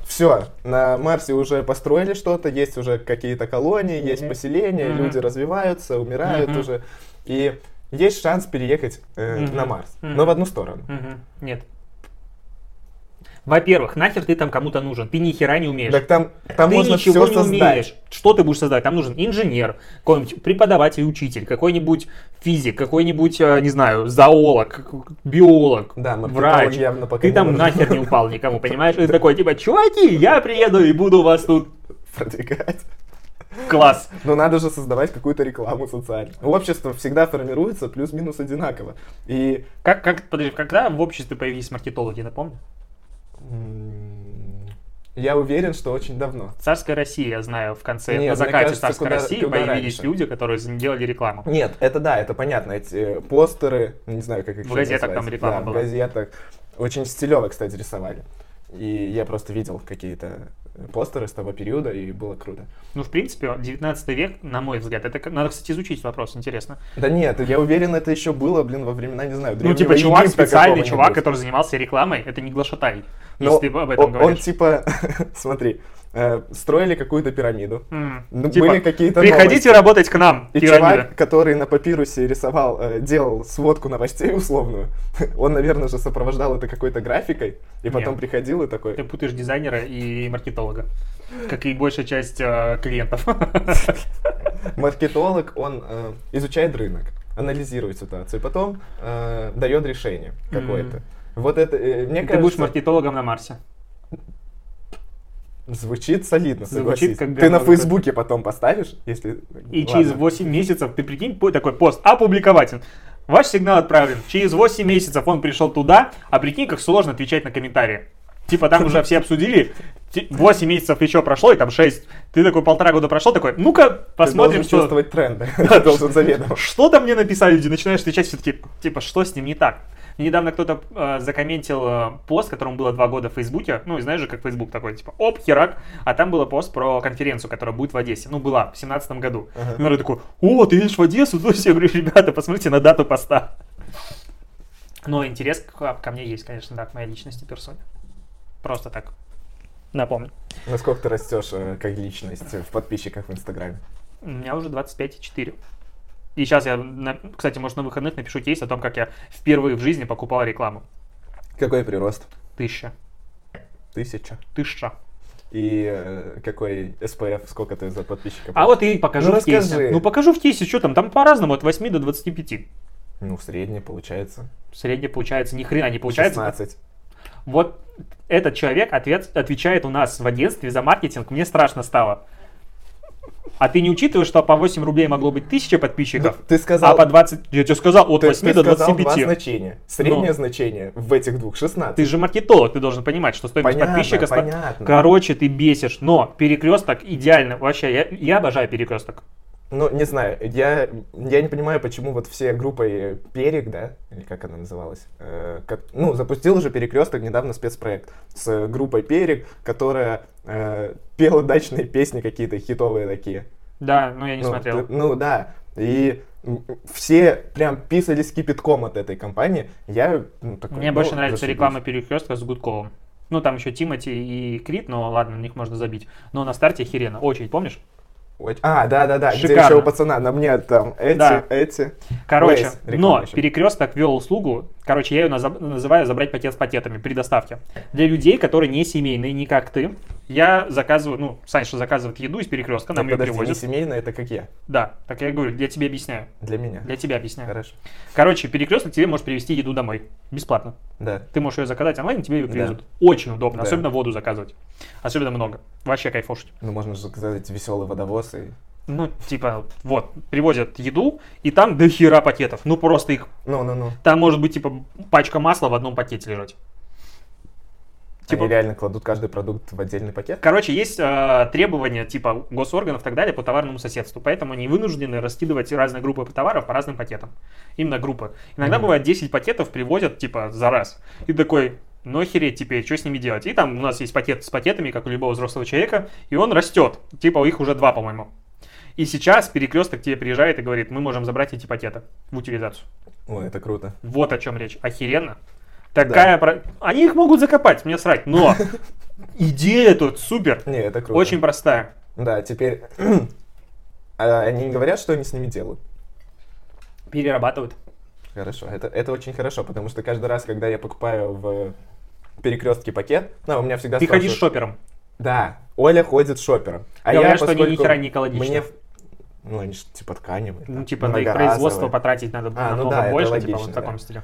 S1: все, Э, на Марсе уже построили что-то, есть уже какие-то колонии, есть
S2: Мгм.
S1: поселения,
S2: Мгм.
S1: люди развиваются, умирают
S2: Мгм.
S1: уже. И есть шанс переехать э,
S2: Мгм.
S1: на Марс,
S2: Мгм.
S1: но в одну сторону.
S2: Мгм. Нет. Во-первых, нахер ты там кому-то нужен? Ты ни хера не умеешь.
S1: Так там, там
S2: ты
S1: можно все
S2: ничего не
S1: создать.
S2: умеешь. Что ты будешь создать? Там нужен инженер, какой-нибудь преподаватель, учитель, какой-нибудь физик, какой-нибудь, э, не знаю, зоолог, биолог,
S1: Да, маркетолог
S2: врач.
S1: явно пока
S2: ты
S1: не
S2: там
S1: нужен.
S2: нахер не упал никому, понимаешь? И ты такой, типа, чуваки, я приеду и буду вас тут
S1: Продвигать.
S2: класс.
S1: Но надо же создавать какую-то рекламу социальную. Ну, Общество всегда формируется плюс-минус одинаково. И
S2: Как, как, подожди, когда в обществе появились маркетологи, напомню?
S1: м, я уверен, что очень давно.
S2: В царской России, я знаю, в конце,
S1: Нет,
S2: на
S1: мне
S2: закате
S1: кажется,
S2: царской
S1: куда-
S2: России
S1: куда
S2: появились
S1: раньше.
S2: люди, которые делали рекламу.
S1: Нет, это да, это понятно. Эти э, постеры, ну, не знаю, как их
S2: В
S1: еще
S2: газетах там
S1: называть.
S2: реклама
S1: да,
S2: была.
S1: в газетах. Очень стилево, кстати, рисовали. И я просто видел какие-то э, постеры с того периода, и было круто.
S2: Ну, в принципе, 19 век, на мой взгляд, это как- надо, кстати, изучить вопрос, интересно.
S1: Да нет, я уверен, это еще было, блин, во времена, не знаю,
S2: Ну,
S1: древнего
S2: типа, чувак,
S1: Египта
S2: специальный
S1: какого-нибудь.
S2: чувак, который занимался рекламой, это не глашатай,
S1: Но
S2: если ты об этом
S1: он, он
S2: говоришь.
S1: типа, смотри, э, строили какую-то пирамиду.
S2: М,
S1: ну,
S2: типа,
S1: были какие-то
S2: Приходите
S1: новости.
S2: работать к нам,
S1: И
S2: пирамида».
S1: чувак, который на папирусе рисовал, э, делал сводку новостей условную, он, наверное, же сопровождал это какой-то графикой, и потом
S2: Нет.
S1: приходил и такой...
S2: Ты путаешь дизайнера и маркетолога, как и большая часть э, клиентов.
S1: Маркетолог, он э, изучает рынок, анализирует ситуацию, потом э, дает решение какое-то.
S2: Мгм.
S1: Вот это, э, мне
S2: Ты
S1: кажется,
S2: будешь маркетологом на Марсе.
S1: звучит солидно, согласись.
S2: Звучит как
S1: Ты на
S2: гамма, да.
S1: Фейсбуке потом поставишь, если...
S2: И
S1: Ладно.
S2: через 8 месяцев, ты прикинь, по- такой пост опубликователен. Ваш сигнал отправлен. Через 8 месяцев он пришел туда, а прикинь, как сложно отвечать на комментарии. Типа там уже все обсудили, 8 месяцев еще прошло, и там 6. Ты такой полтора года прошел, такой, ну-ка,
S1: Ты
S2: посмотрим,
S1: должен
S2: что...
S1: чувствовать тренды, ты должен заведомо.
S2: Что там мне написали люди? Начинаешь отвечать все-таки, типа, что с ним не так? Недавно кто-то э, закомментил э, пост, которому было два года в Фейсбуке. Ну, и знаешь же, как Фейсбук такой, типа, оп, херак. А там был пост про конференцию, которая будет в Одессе. Ну, была в семнадцатом году.
S1: Ага.
S2: И народ такой, о, ты едешь в Одессу? То есть я говорю, ребята, посмотрите на дату поста. Но интерес ко, ко мне есть, конечно, да, к моей личности, персоне. Просто так. Напомню.
S1: Насколько ты растешь э, как личность в подписчиках в Инстаграме?
S2: У меня уже 25,4. И сейчас я, на- кстати, может, на выходных напишу кейс о том, как я впервые в жизни покупал рекламу.
S1: Какой прирост?
S2: Тысяча.
S1: Тысяча.
S2: Тысяча.
S1: И э, какой SPF, сколько ты за подписчика?
S2: А вот и покажу
S1: Ну,
S2: в кейсе.
S1: расскажи.
S2: Ну, покажу в кейсе, что там. Там по-разному, от 8 до 25.
S1: Ну, в среднем получается.
S2: Средне получается, ни хрена не получается.
S1: 16.
S2: Вот этот человек ответ, отвечает у нас в агентстве за маркетинг. Мне страшно стало. А ты не учитываешь, что по 8 рублей могло быть 1000 подписчиков,
S1: Ну, Ты сказал...
S2: а по 20... Я тебе сказал, от
S1: Ты,
S2: 8
S1: ты
S2: до
S1: сказал два
S2: 25.
S1: значения. Среднее
S2: Ну.
S1: значение в этих двух 16.
S2: Ты же маркетолог, ты должен понимать, что стоимость
S1: Понятно,
S2: подписчика... ста-
S1: понятно.
S2: Короче, ты бесишь, но перекресток идеально. Вообще, я, я обожаю перекресток.
S1: Ну, не знаю, я, я не понимаю, почему вот все группы э, Перек, да, или как она называлась, э, как- ну, запустил уже перекресток недавно спецпроект с э, группой Перек, которая э, пела дачные песни какие-то хитовые такие.
S2: Да, но я не
S1: ну,
S2: смотрел.
S1: ты- ну да, и м, все прям писались кипятком от этой компании. Я ну, такой,
S2: Мне
S1: ну,
S2: больше нравится
S1: зашибись.
S2: реклама перекрестка с Гудковым. Ну, там еще Тимати и Крит, но ладно, на них можно забить. Но на старте херена. Очередь, помнишь?
S1: Ой, А, да, да, да. Где
S2: Шикарно.
S1: еще у пацана? На мне там эти,
S2: Да.
S1: эти.
S2: Короче,
S1: Waze реклама
S2: но
S1: еще.
S2: перекресток вел услугу, короче, я ее наза- называю забрать пакет с пакетами при доставке. Для людей, которые не семейные, не как ты, я заказываю, ну, Саньша заказывает еду из перекрестка, нам
S1: Так,
S2: ее
S1: подожди, не
S2: привозят.
S1: семейная, это как я.
S2: Да, так я говорю, я тебе объясняю.
S1: Для меня.
S2: Для тебя объясняю.
S1: Хорошо.
S2: Короче, перекресток тебе может привезти еду домой. Бесплатно.
S1: Да.
S2: Ты можешь ее заказать онлайн, и тебе ее
S1: Да.
S2: привезут. Очень удобно,
S1: Да.
S2: особенно воду заказывать. Особенно много. Вообще кайфушки.
S1: Ну, можно же сказать, веселый водовоз. И...
S2: Ну, типа, вот, привозят еду, и там до хера пакетов. Ну, просто их...
S1: Ну, ну, ну.
S2: Там может быть, типа, пачка масла в одном пакете лежать. Типа,
S1: Они реально кладут каждый продукт в отдельный пакет?
S2: Короче, есть э, требования, типа, госорганов и так далее по товарному соседству. Поэтому они вынуждены раскидывать разные группы товаров по разным пакетам. Именно группы. Иногда
S1: Мгм.
S2: бывает 10 пакетов привозят, типа, за раз. И такой, ну охереть теперь, что с ними делать? И там у нас есть пакет с пакетами, как у любого взрослого человека, и он растет. Типа, у их уже два, по-моему. И сейчас перекресток тебе приезжает и говорит, мы можем забрать эти пакеты в утилизацию.
S1: Ой, это круто.
S2: Вот о чем речь. Охеренно. Такая... про- Они их могут закопать, мне срать, но идея тут супер.
S1: Не, это круто.
S2: Очень простая.
S1: Да, теперь... А они не говорят, что они с ними делают.
S2: Перерабатывают.
S1: Хорошо, это, это очень хорошо, потому что каждый раз, когда я покупаю в перекрестке пакет, ну, у меня всегда
S2: Ты ходишь
S1: спрашивают-
S2: шопером.
S1: Да, Оля ходит шопером. А
S2: Говорят,
S1: я,
S2: что они ни
S1: поскольку
S2: хера не экологичны.
S1: Мне... Ну, они же типа тканевые.
S2: Ну,
S1: там,
S2: типа, на их
S1: многоразовые.
S2: производство потратить надо
S1: А, ну
S2: намного
S1: да, это
S2: больше, типа,
S1: логично,
S2: вот в таком
S1: да.
S2: стиле.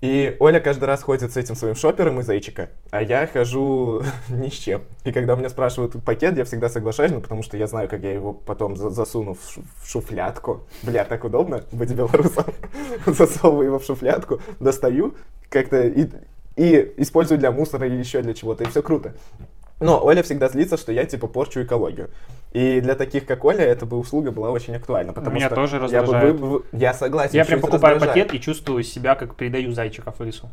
S1: И Оля каждый раз ходит с этим своим шопером из Эйчика, а я хожу ни с чем. И когда меня спрашивают пакет, я всегда соглашаюсь, ну, потому что я знаю, как я его потом за- засуну в, шу- в шуфлядку. Бля, так удобно быть белорусом. Засовываю его в шуфлядку, достаю как-то и, и использую для мусора или еще для чего-то, и все круто. Но Оля всегда злится, что я, типа, порчу экологию. И для таких, как Оля, эта бы услуга была очень актуальна, потому
S2: Меня
S1: что...
S2: тоже
S1: я, бы
S2: раздражает.
S1: вы- вы- я согласен.
S2: Я
S1: что
S2: прям
S1: это
S2: покупаю
S1: раздражает.
S2: пакет и чувствую себя, как придаю зайчиков в лесу.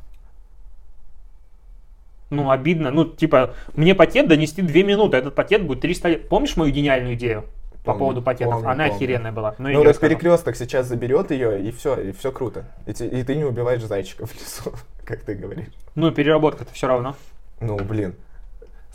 S2: Ну, обидно. Ну, типа, мне пакет донести 2 минуты, этот пакет будет 300 лет. Помнишь мою гениальную идею по
S1: Помню,
S2: поводу пакетов?
S1: помню,
S2: Она
S1: помню.
S2: охеренная была. Ну, я
S1: Ну,
S2: не
S1: раз
S2: расскажу.
S1: перекресток сейчас заберет ее, и все, и все круто. И, те- и ты не убиваешь зайчиков в лесу, как ты говоришь.
S2: ну переработка-то все равно.
S1: Ну, блин.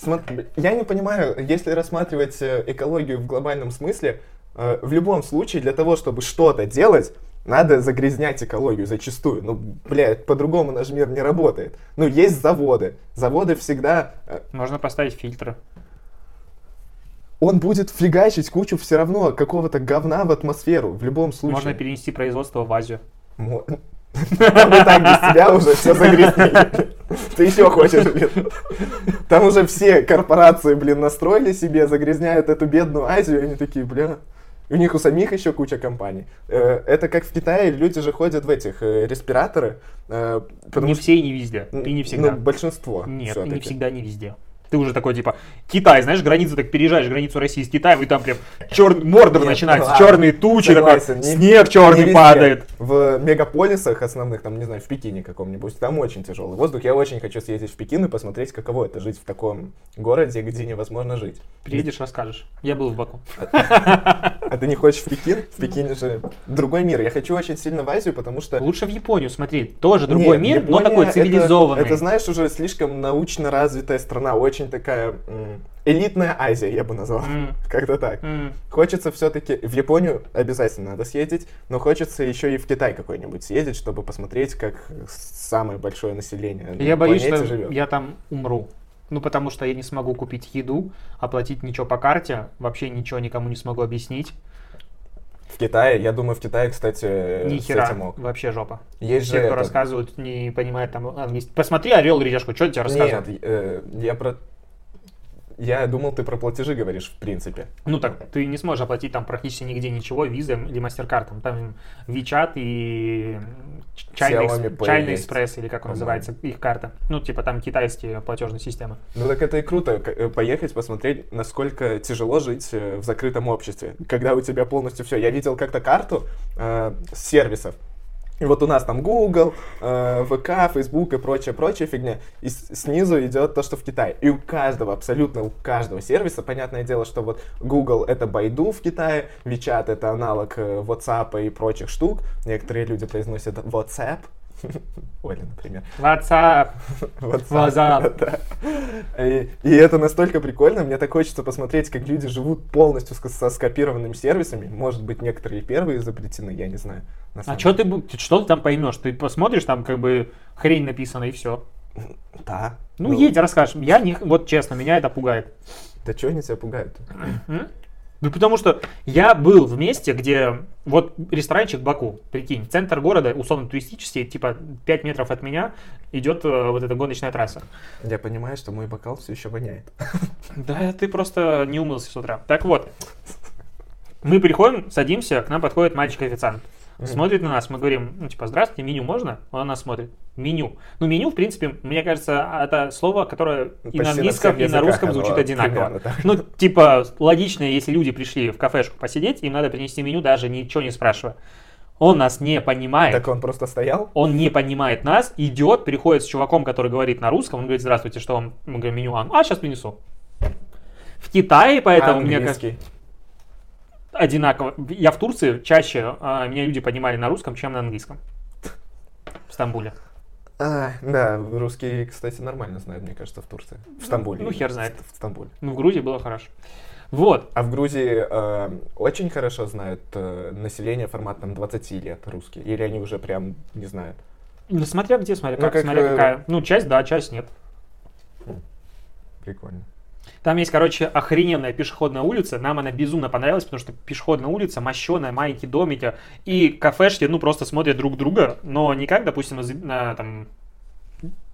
S1: Смо- Я не понимаю, если рассматривать э, экологию в глобальном смысле, э, в любом случае для того, чтобы что-то делать, надо загрязнять экологию зачастую. Ну, блядь, по-другому наш мир не работает. Ну, есть заводы. Заводы всегда... э,
S2: Можно поставить фильтры.
S1: Он будет фигачить кучу все равно какого-то говна в атмосферу, в любом случае.
S2: Можно перенести производство в Азию.
S1: Мо- Там и так без тебя уже все загрязнили. Ты еще хочешь, блин. Там уже все корпорации, блин, настроили себе, загрязняют эту бедную Азию, и они такие, бля. У них у самих еще куча компаний. Э, Это как в Китае, люди же ходят в этих э, респираторы. э, потому
S2: не
S1: что-
S2: все и не везде. И не всегда.
S1: Ну, большинство.
S2: Нет,
S1: всё-таки.
S2: не всегда, не везде. Ты уже такой, типа, Китай, знаешь, границу так переезжаешь, границу России с Китаем, и там прям черный мордор
S1: Нет,
S2: начинается,
S1: ладно,
S2: черные тучи, такой,
S1: Согласен, не-
S2: снег
S1: не
S2: черный
S1: везде.
S2: падает.
S1: В мегаполисах основных, там, не знаю, в Пекине каком-нибудь, там очень тяжелый воздух. Я очень хочу съездить в Пекин и посмотреть, каково это жить в таком городе, где невозможно жить.
S2: Приедешь, расскажешь. Я был в Баку.
S1: А ты не хочешь в Пекин? В Пекине же другой мир. Я хочу очень сильно в Азию, потому что...
S2: Лучше в Японию, смотри, тоже другой
S1: Нет,
S2: мир,
S1: Япония
S2: но такой
S1: это-
S2: цивилизованный.
S1: Это, знаешь, уже слишком научно развитая страна, очень такая м, элитная Азия, я бы назвал.
S2: М,
S1: Как-то так.
S2: м.
S1: Хочется все-таки в Японию обязательно надо съездить, но хочется еще и в Китай какой-нибудь съездить, чтобы посмотреть, как самое большое население
S2: Я
S1: на
S2: боюсь,
S1: планете
S2: что
S1: живет.
S2: я там умру. Ну, потому что я не смогу купить еду, оплатить ничего по карте, вообще ничего никому не смогу объяснить.
S1: В Китае, я думаю, в Китае, кстати,
S2: Ни
S1: Э, с
S2: хера,
S1: этим мог.
S2: вообще жопа.
S1: Есть же
S2: Все, кто
S1: этот-
S2: рассказывают, не понимают там английский. Посмотри, орел и решку, что тебе рассказывают?
S1: Нет, э, я про... Я думал, ты про платежи говоришь, в принципе.
S2: Ну так, ты не сможешь оплатить там практически нигде ничего визой или мастер-картом. Там WeChat и China, Ex-
S1: Xiaomi Pay
S2: China
S1: есть,
S2: Express, или как он
S1: по-моему.
S2: называется, их карта. Ну, типа там китайские платежные системы.
S1: Ну так это и круто, к- э, поехать, посмотреть, насколько тяжело жить э, в закрытом обществе, когда у тебя полностью все. Я видел как-то карту э, сервисов. И вот у нас там Google, э, ВК, Facebook и прочая-прочая фигня. И с- снизу идет то, что в Китае. И у каждого, абсолютно у каждого сервиса, понятное дело, что вот Google это Байду в Китае, WeChat это аналог э, WhatsApp и прочих штук. Некоторые люди произносят WhatsApp. Оля, например.
S2: WhatsApp. WhatsApp.
S1: Да. И, и это настолько прикольно, мне так хочется посмотреть, как люди живут полностью ск- со скопированными сервисами. Может быть, некоторые первые запретены, я не знаю. на
S2: А
S1: самом
S2: что ты, бу- ты- что ты там поймешь? Ты посмотришь, там как бы хрень написана и все.
S1: деле. Да.
S2: Ну, едь, расскажешь. Я не, вот честно, меня это пугает.
S1: Да что они тебя пугают?
S2: М? Ну, потому что я был в месте, где вот ресторанчик Баку, прикинь, центр города, условно туристический, типа 5 метров от меня идет э, вот эта гоночная трасса.
S1: Я понимаю, что мой бокал все еще воняет.
S2: Да, ты просто не умылся с утра. Так вот, мы приходим, садимся, к нам подходит мальчик-официант. Смотрит на нас, мы говорим, ну, типа, здравствуйте, меню можно? Он на нас смотрит. Меню. Ну, меню, в принципе, мне кажется, это слово, которое и
S1: Ну, Почти
S2: на
S1: на
S2: английском,
S1: всех
S2: и на
S1: языках
S2: русском
S1: оно
S2: звучит одинаково.
S1: примерно так.
S2: Ну, типа, логично, если люди пришли в кафе чтобы посидеть, им надо принести меню, даже ничего не спрашивая. Он нас не понимает
S1: Так он просто стоял?
S2: он не понимает нас, идет, переходит с чуваком, который говорит на русском, он говорит, здравствуйте, что вам? Мы
S1: А,
S2: говорим, меню, а, а сейчас принесу. В Китае, поэтому, мне кажется,
S1: Английский.
S2: одинаково. Я в Турции чаще а, меня люди понимали на русском, чем на английском. В Стамбуле.
S1: А, да, русские, кстати, нормально знают, мне кажется, в Турции. В Стамбуле.
S2: ну, хер знает.
S1: В Стамбуле.
S2: Ну, в Грузии было хорошо. Вот.
S1: А в Грузии э, очень хорошо знают э, население форматом 20 лет русские? Или они уже прям не знают?
S2: Ну, смотря где, смотря,
S1: Ну,
S2: как,
S1: как,
S2: смотря
S1: э,
S2: какая. Ну, часть да, часть нет.
S1: Прикольно.
S2: Там есть, короче, охрененная пешеходная улица. Нам она безумно понравилась, потому что пешеходная улица, мощеная, маленькие домики. И кафешки, ну, просто смотрят друг друга, но не как, допустим, на, Зи- на, там,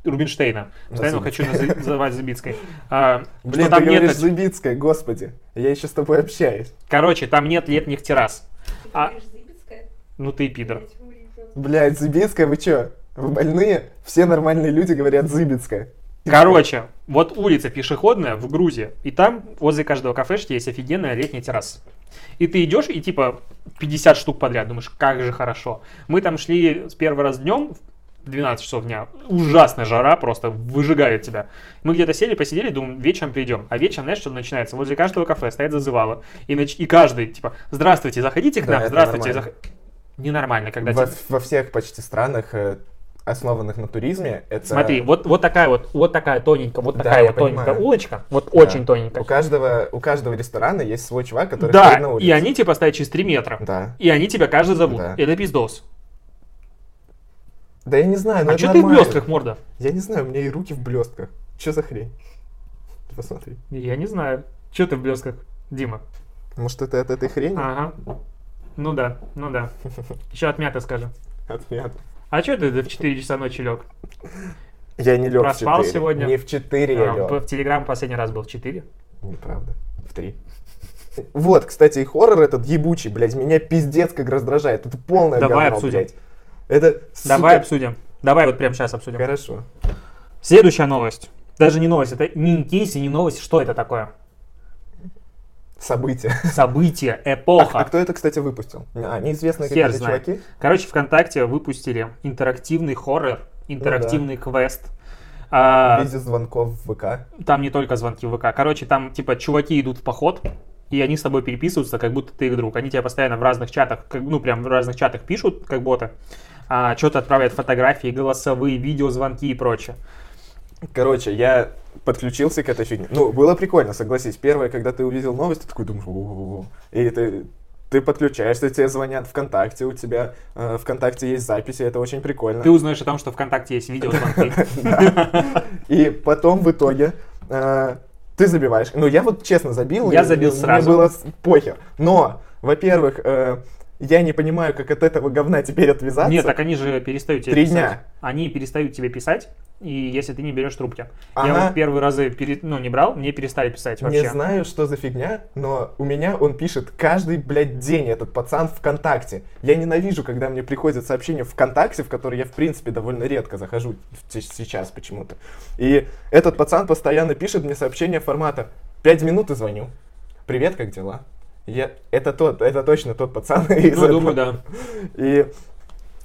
S2: Рубинштейна. Постоянно
S1: Зуб-
S2: хочу наз- называть Зубицкой. А, что
S1: Блин, ты
S2: там нет
S1: говоришь
S2: эти-
S1: Зубицкая, господи. Я еще с тобой общаюсь.
S2: Короче, там нет летних террас.
S3: Ты
S2: А-
S3: говоришь, Заибицкая?
S2: Ну ты и пидор.
S3: Блядь, умри, жёстко.
S1: Блядь, Зыбицкая, вы чё? Вы больные? Все нормальные люди говорят Зыбицкая.
S2: Короче, вот улица пешеходная в Грузии, и там возле каждого кафешки есть офигенная летняя терраса. И ты идешь, и типа 50 штук подряд, думаешь, как же хорошо. Мы там шли с первый раз днем, в 12 часов дня, ужасная жара просто выжигает тебя. Мы где-то сели, посидели, думаем, вечером придем. А вечером, знаешь, что начинается? Возле каждого кафе стоит зазывало. И, нач- и каждый, типа, здравствуйте, заходите к
S1: Да,
S2: нам,
S1: это
S2: здравствуйте.
S1: нормально.
S2: зах-». Ненормально, когда типа,
S1: Во,
S2: тебе-
S1: во всех почти странах, э, основанных на туризме, это...
S2: Смотри, вот, вот такая вот, вот такая тоненькая, вот
S1: Да,
S2: такая
S1: я
S2: вот тоненькая
S1: понимаю.
S2: улочка, вот
S1: Да.
S2: очень тоненькая.
S1: у каждого, у каждого ресторана есть свой чувак, который стоит на
S2: Да,
S1: улице.
S2: и они тебя стоят через 3 метра.
S1: Да.
S2: И они тебя каждый зовут.
S1: Да.
S2: Это пиздос.
S1: Да я не знаю, но Ну,
S2: а
S1: это
S2: что ты в
S1: нормально.
S2: блестках, морда?
S1: Я не знаю, у меня и руки в блестках. Чё за хрень? Ты Посмотри.
S2: Я не знаю. Что ты в блестках, Дима?
S1: Может, это от этой хрени?
S2: Ага. Ну да, ну да. Еще от мяты скажем.
S1: Отмято.
S2: А что ты в 4 часа ночи лег?
S1: Я не лег
S2: Проспал
S1: в 4.
S2: сегодня?
S1: Не в 4 я лег.
S2: А, в Телеграм последний раз был в 4.
S1: Неправда. В три. Вот, кстати, и хоррор этот ебучий, блядь, меня пиздец как раздражает. Это полное
S2: Давай
S1: говно,
S2: обсудим.
S1: блядь. Это, сука,
S2: Давай обсудим. Давай вот прямо сейчас обсудим.
S1: Хорошо.
S2: Следующая новость. Даже не новость, это не кейс и не новость. Что это такое?
S1: События.
S2: Событие,
S1: А
S2: эпоха.
S1: кто это, кстати, выпустил? А, неизвестные
S2: Хер
S1: какие-то
S2: знает.
S1: чуваки?
S2: Короче, ВКонтакте выпустили интерактивный
S1: Ну
S2: хоррор, интерактивный квест. А,
S1: В виде звонков в ВК.
S2: там не только звонки в ВК. Короче, там типа чуваки идут в поход, и они с тобой переписываются, как будто ты их друг. Они тебя постоянно в разных чатах, как, ну прям в разных чатах пишут, как боты. а что-то отправляют фотографии, голосовые, видеозвонки и прочее.
S1: Короче, я подключился к этой фигне. Ну, было прикольно, согласись. Первое, когда ты увидел новость, ты такой думаешь, «О-о-о». и ты, ты подключаешься, тебе звонят ВКонтакте, у тебя э, ВКонтакте есть записи, это очень прикольно.
S2: Ты узнаешь о том, что ВКонтакте есть видеозвонки.
S1: Да. И потом в итоге э, ты забиваешь. Ну, я вот честно забил.
S2: Я
S1: и
S2: забил сразу.
S1: Мне было с- похер. Но, во-первых, э, я не понимаю, как от этого говна теперь отвязаться.
S2: Нет, так они же перестают тебе
S1: Три
S2: писать.
S1: дня.
S2: Они перестают тебе писать, и если ты не берешь трубки. Я
S1: Ага.
S2: вот первые разы пере- ну, не брал, мне перестали писать вообще.
S1: Не знаю, что за фигня, но у меня он пишет каждый, блядь, день этот пацан ВКонтакте. Я ненавижу, когда мне приходят сообщения ВКонтакте, в которые я, в принципе, довольно редко захожу в- те- сейчас почему-то. И этот пацан постоянно пишет мне сообщения формата «Пять минут и звоню. Привет, как дела?» Я... Это тот, это точно тот пацан из
S2: Ну,
S1: этого.
S2: думаю, да.
S1: И,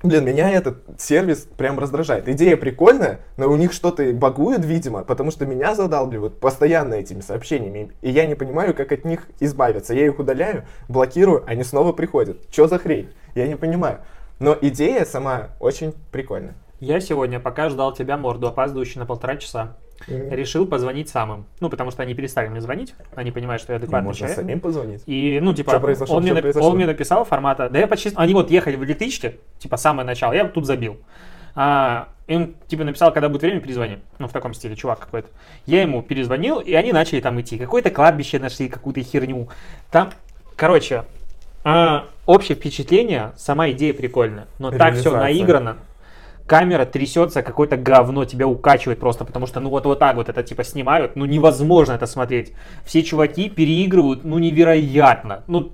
S1: блин, меня этот сервис прям раздражает. Идея прикольная, но у них что-то багует, видимо, потому что меня задалбливают постоянно этими сообщениями. И я не понимаю, как от них избавиться. Я их удаляю, блокирую, они снова приходят. Чё за хрень? Я не понимаю. Но идея сама очень прикольная.
S2: Я сегодня, пока ждал тебя, морду, опаздывающий на полтора часа, решил позвонить самым. Ну, потому что они перестали мне звонить, они понимают, что я адекватный
S1: Ну, Можно
S2: человек.
S1: самим позвонить.
S2: И, ну, типа,
S1: Чё произошло?
S2: он, мне,
S1: Чё
S2: нап-
S1: произошло?
S2: он мне написал формата, да я почти... Они вот ехали в электричке, типа, самое начало, я тут забил. А, и он, типа, написал, когда будет время, перезвони. Ну, в таком стиле, чувак какой-то. Я ему перезвонил, и они начали там идти. Какое-то кладбище нашли, какую-то херню. Там, короче, а, общее впечатление, сама идея прикольная. Но так все
S1: Реализация.
S2: наиграно. Камера трясется, какое-то говно тебя укачивает просто, потому что ну вот вот так вот это типа снимают, ну невозможно это смотреть. Все чуваки переигрывают, ну невероятно. Ну,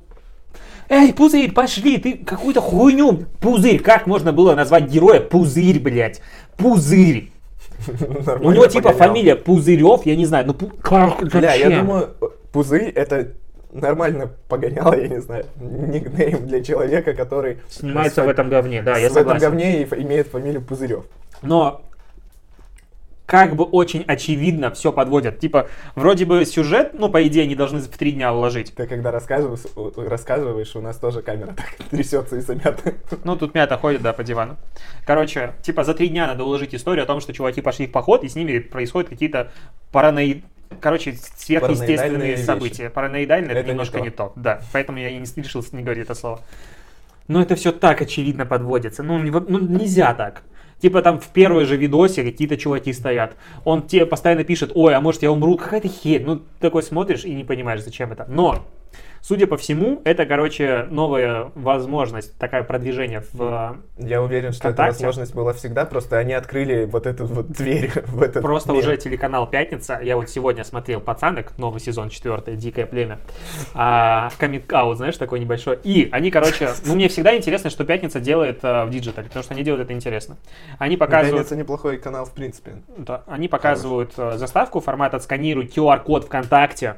S2: эй, пузырь, пошли, ты какую-то хуйню, пузырь, как можно было назвать героя пузырь, блядь, пузырь.
S1: Ну,
S2: У него типа фамилия Пузырев, я не знаю, ну пу- как,
S1: Бля, я
S2: зачем?
S1: думаю, пузырь это нормально погоняло, я не знаю, никнейм для человека, который
S2: Снимается в этом говне, да, А, я
S1: в этом
S2: согласен.
S1: говне и ф- имеет фамилию Пузырев.
S2: Но как бы очень очевидно все подводят. Типа, вроде бы сюжет, ну, по идее, они должны в три дня уложить.
S1: Ты когда рассказываешь, у- рассказываешь, у нас тоже камера так трясется и замята.
S2: Ну, тут мята ходит, да, по дивану. Короче, типа, за три дня надо уложить историю о том, что чуваки пошли в поход, и с ними происходят какие-то параноид... Короче,
S1: Параноидальные
S2: сверхъестественные
S1: вещи.
S2: события. Параноидальное это,
S1: Это не
S2: немножко
S1: то.
S2: не то. Да, поэтому я и не с- решил не говорить это слово. Но это все так очевидно подводится. Ну, не- ну, нельзя так. Типа там в первой же видосе какие-то чуваки стоят. Он тебе постоянно пишет, ой, а может я умру? Какая-то херь. Ну, такой смотришь и не понимаешь, зачем это. Но, судя по всему, это, короче, новая возможность, такая продвижение в...
S1: Я уверен, что эта
S2: ВКонтакте.
S1: возможность была всегда, просто они открыли вот эту вот дверь в этот
S2: Просто
S1: мир.
S2: уже телеканал «Пятница». Я вот сегодня смотрел «Пацанок», новый сезон, четвертое, «Дикое племя». А, аут знаешь, такой небольшой. И они, короче... Ну, мне всегда интересно, что «Пятница» делает а, в диджитале, потому что они делают это интересно. Они показывают...
S1: Пятница неплохой канал, в принципе.
S2: Да, они показывают э, заставку формат «Отсканируй QR-код ВКонтакте».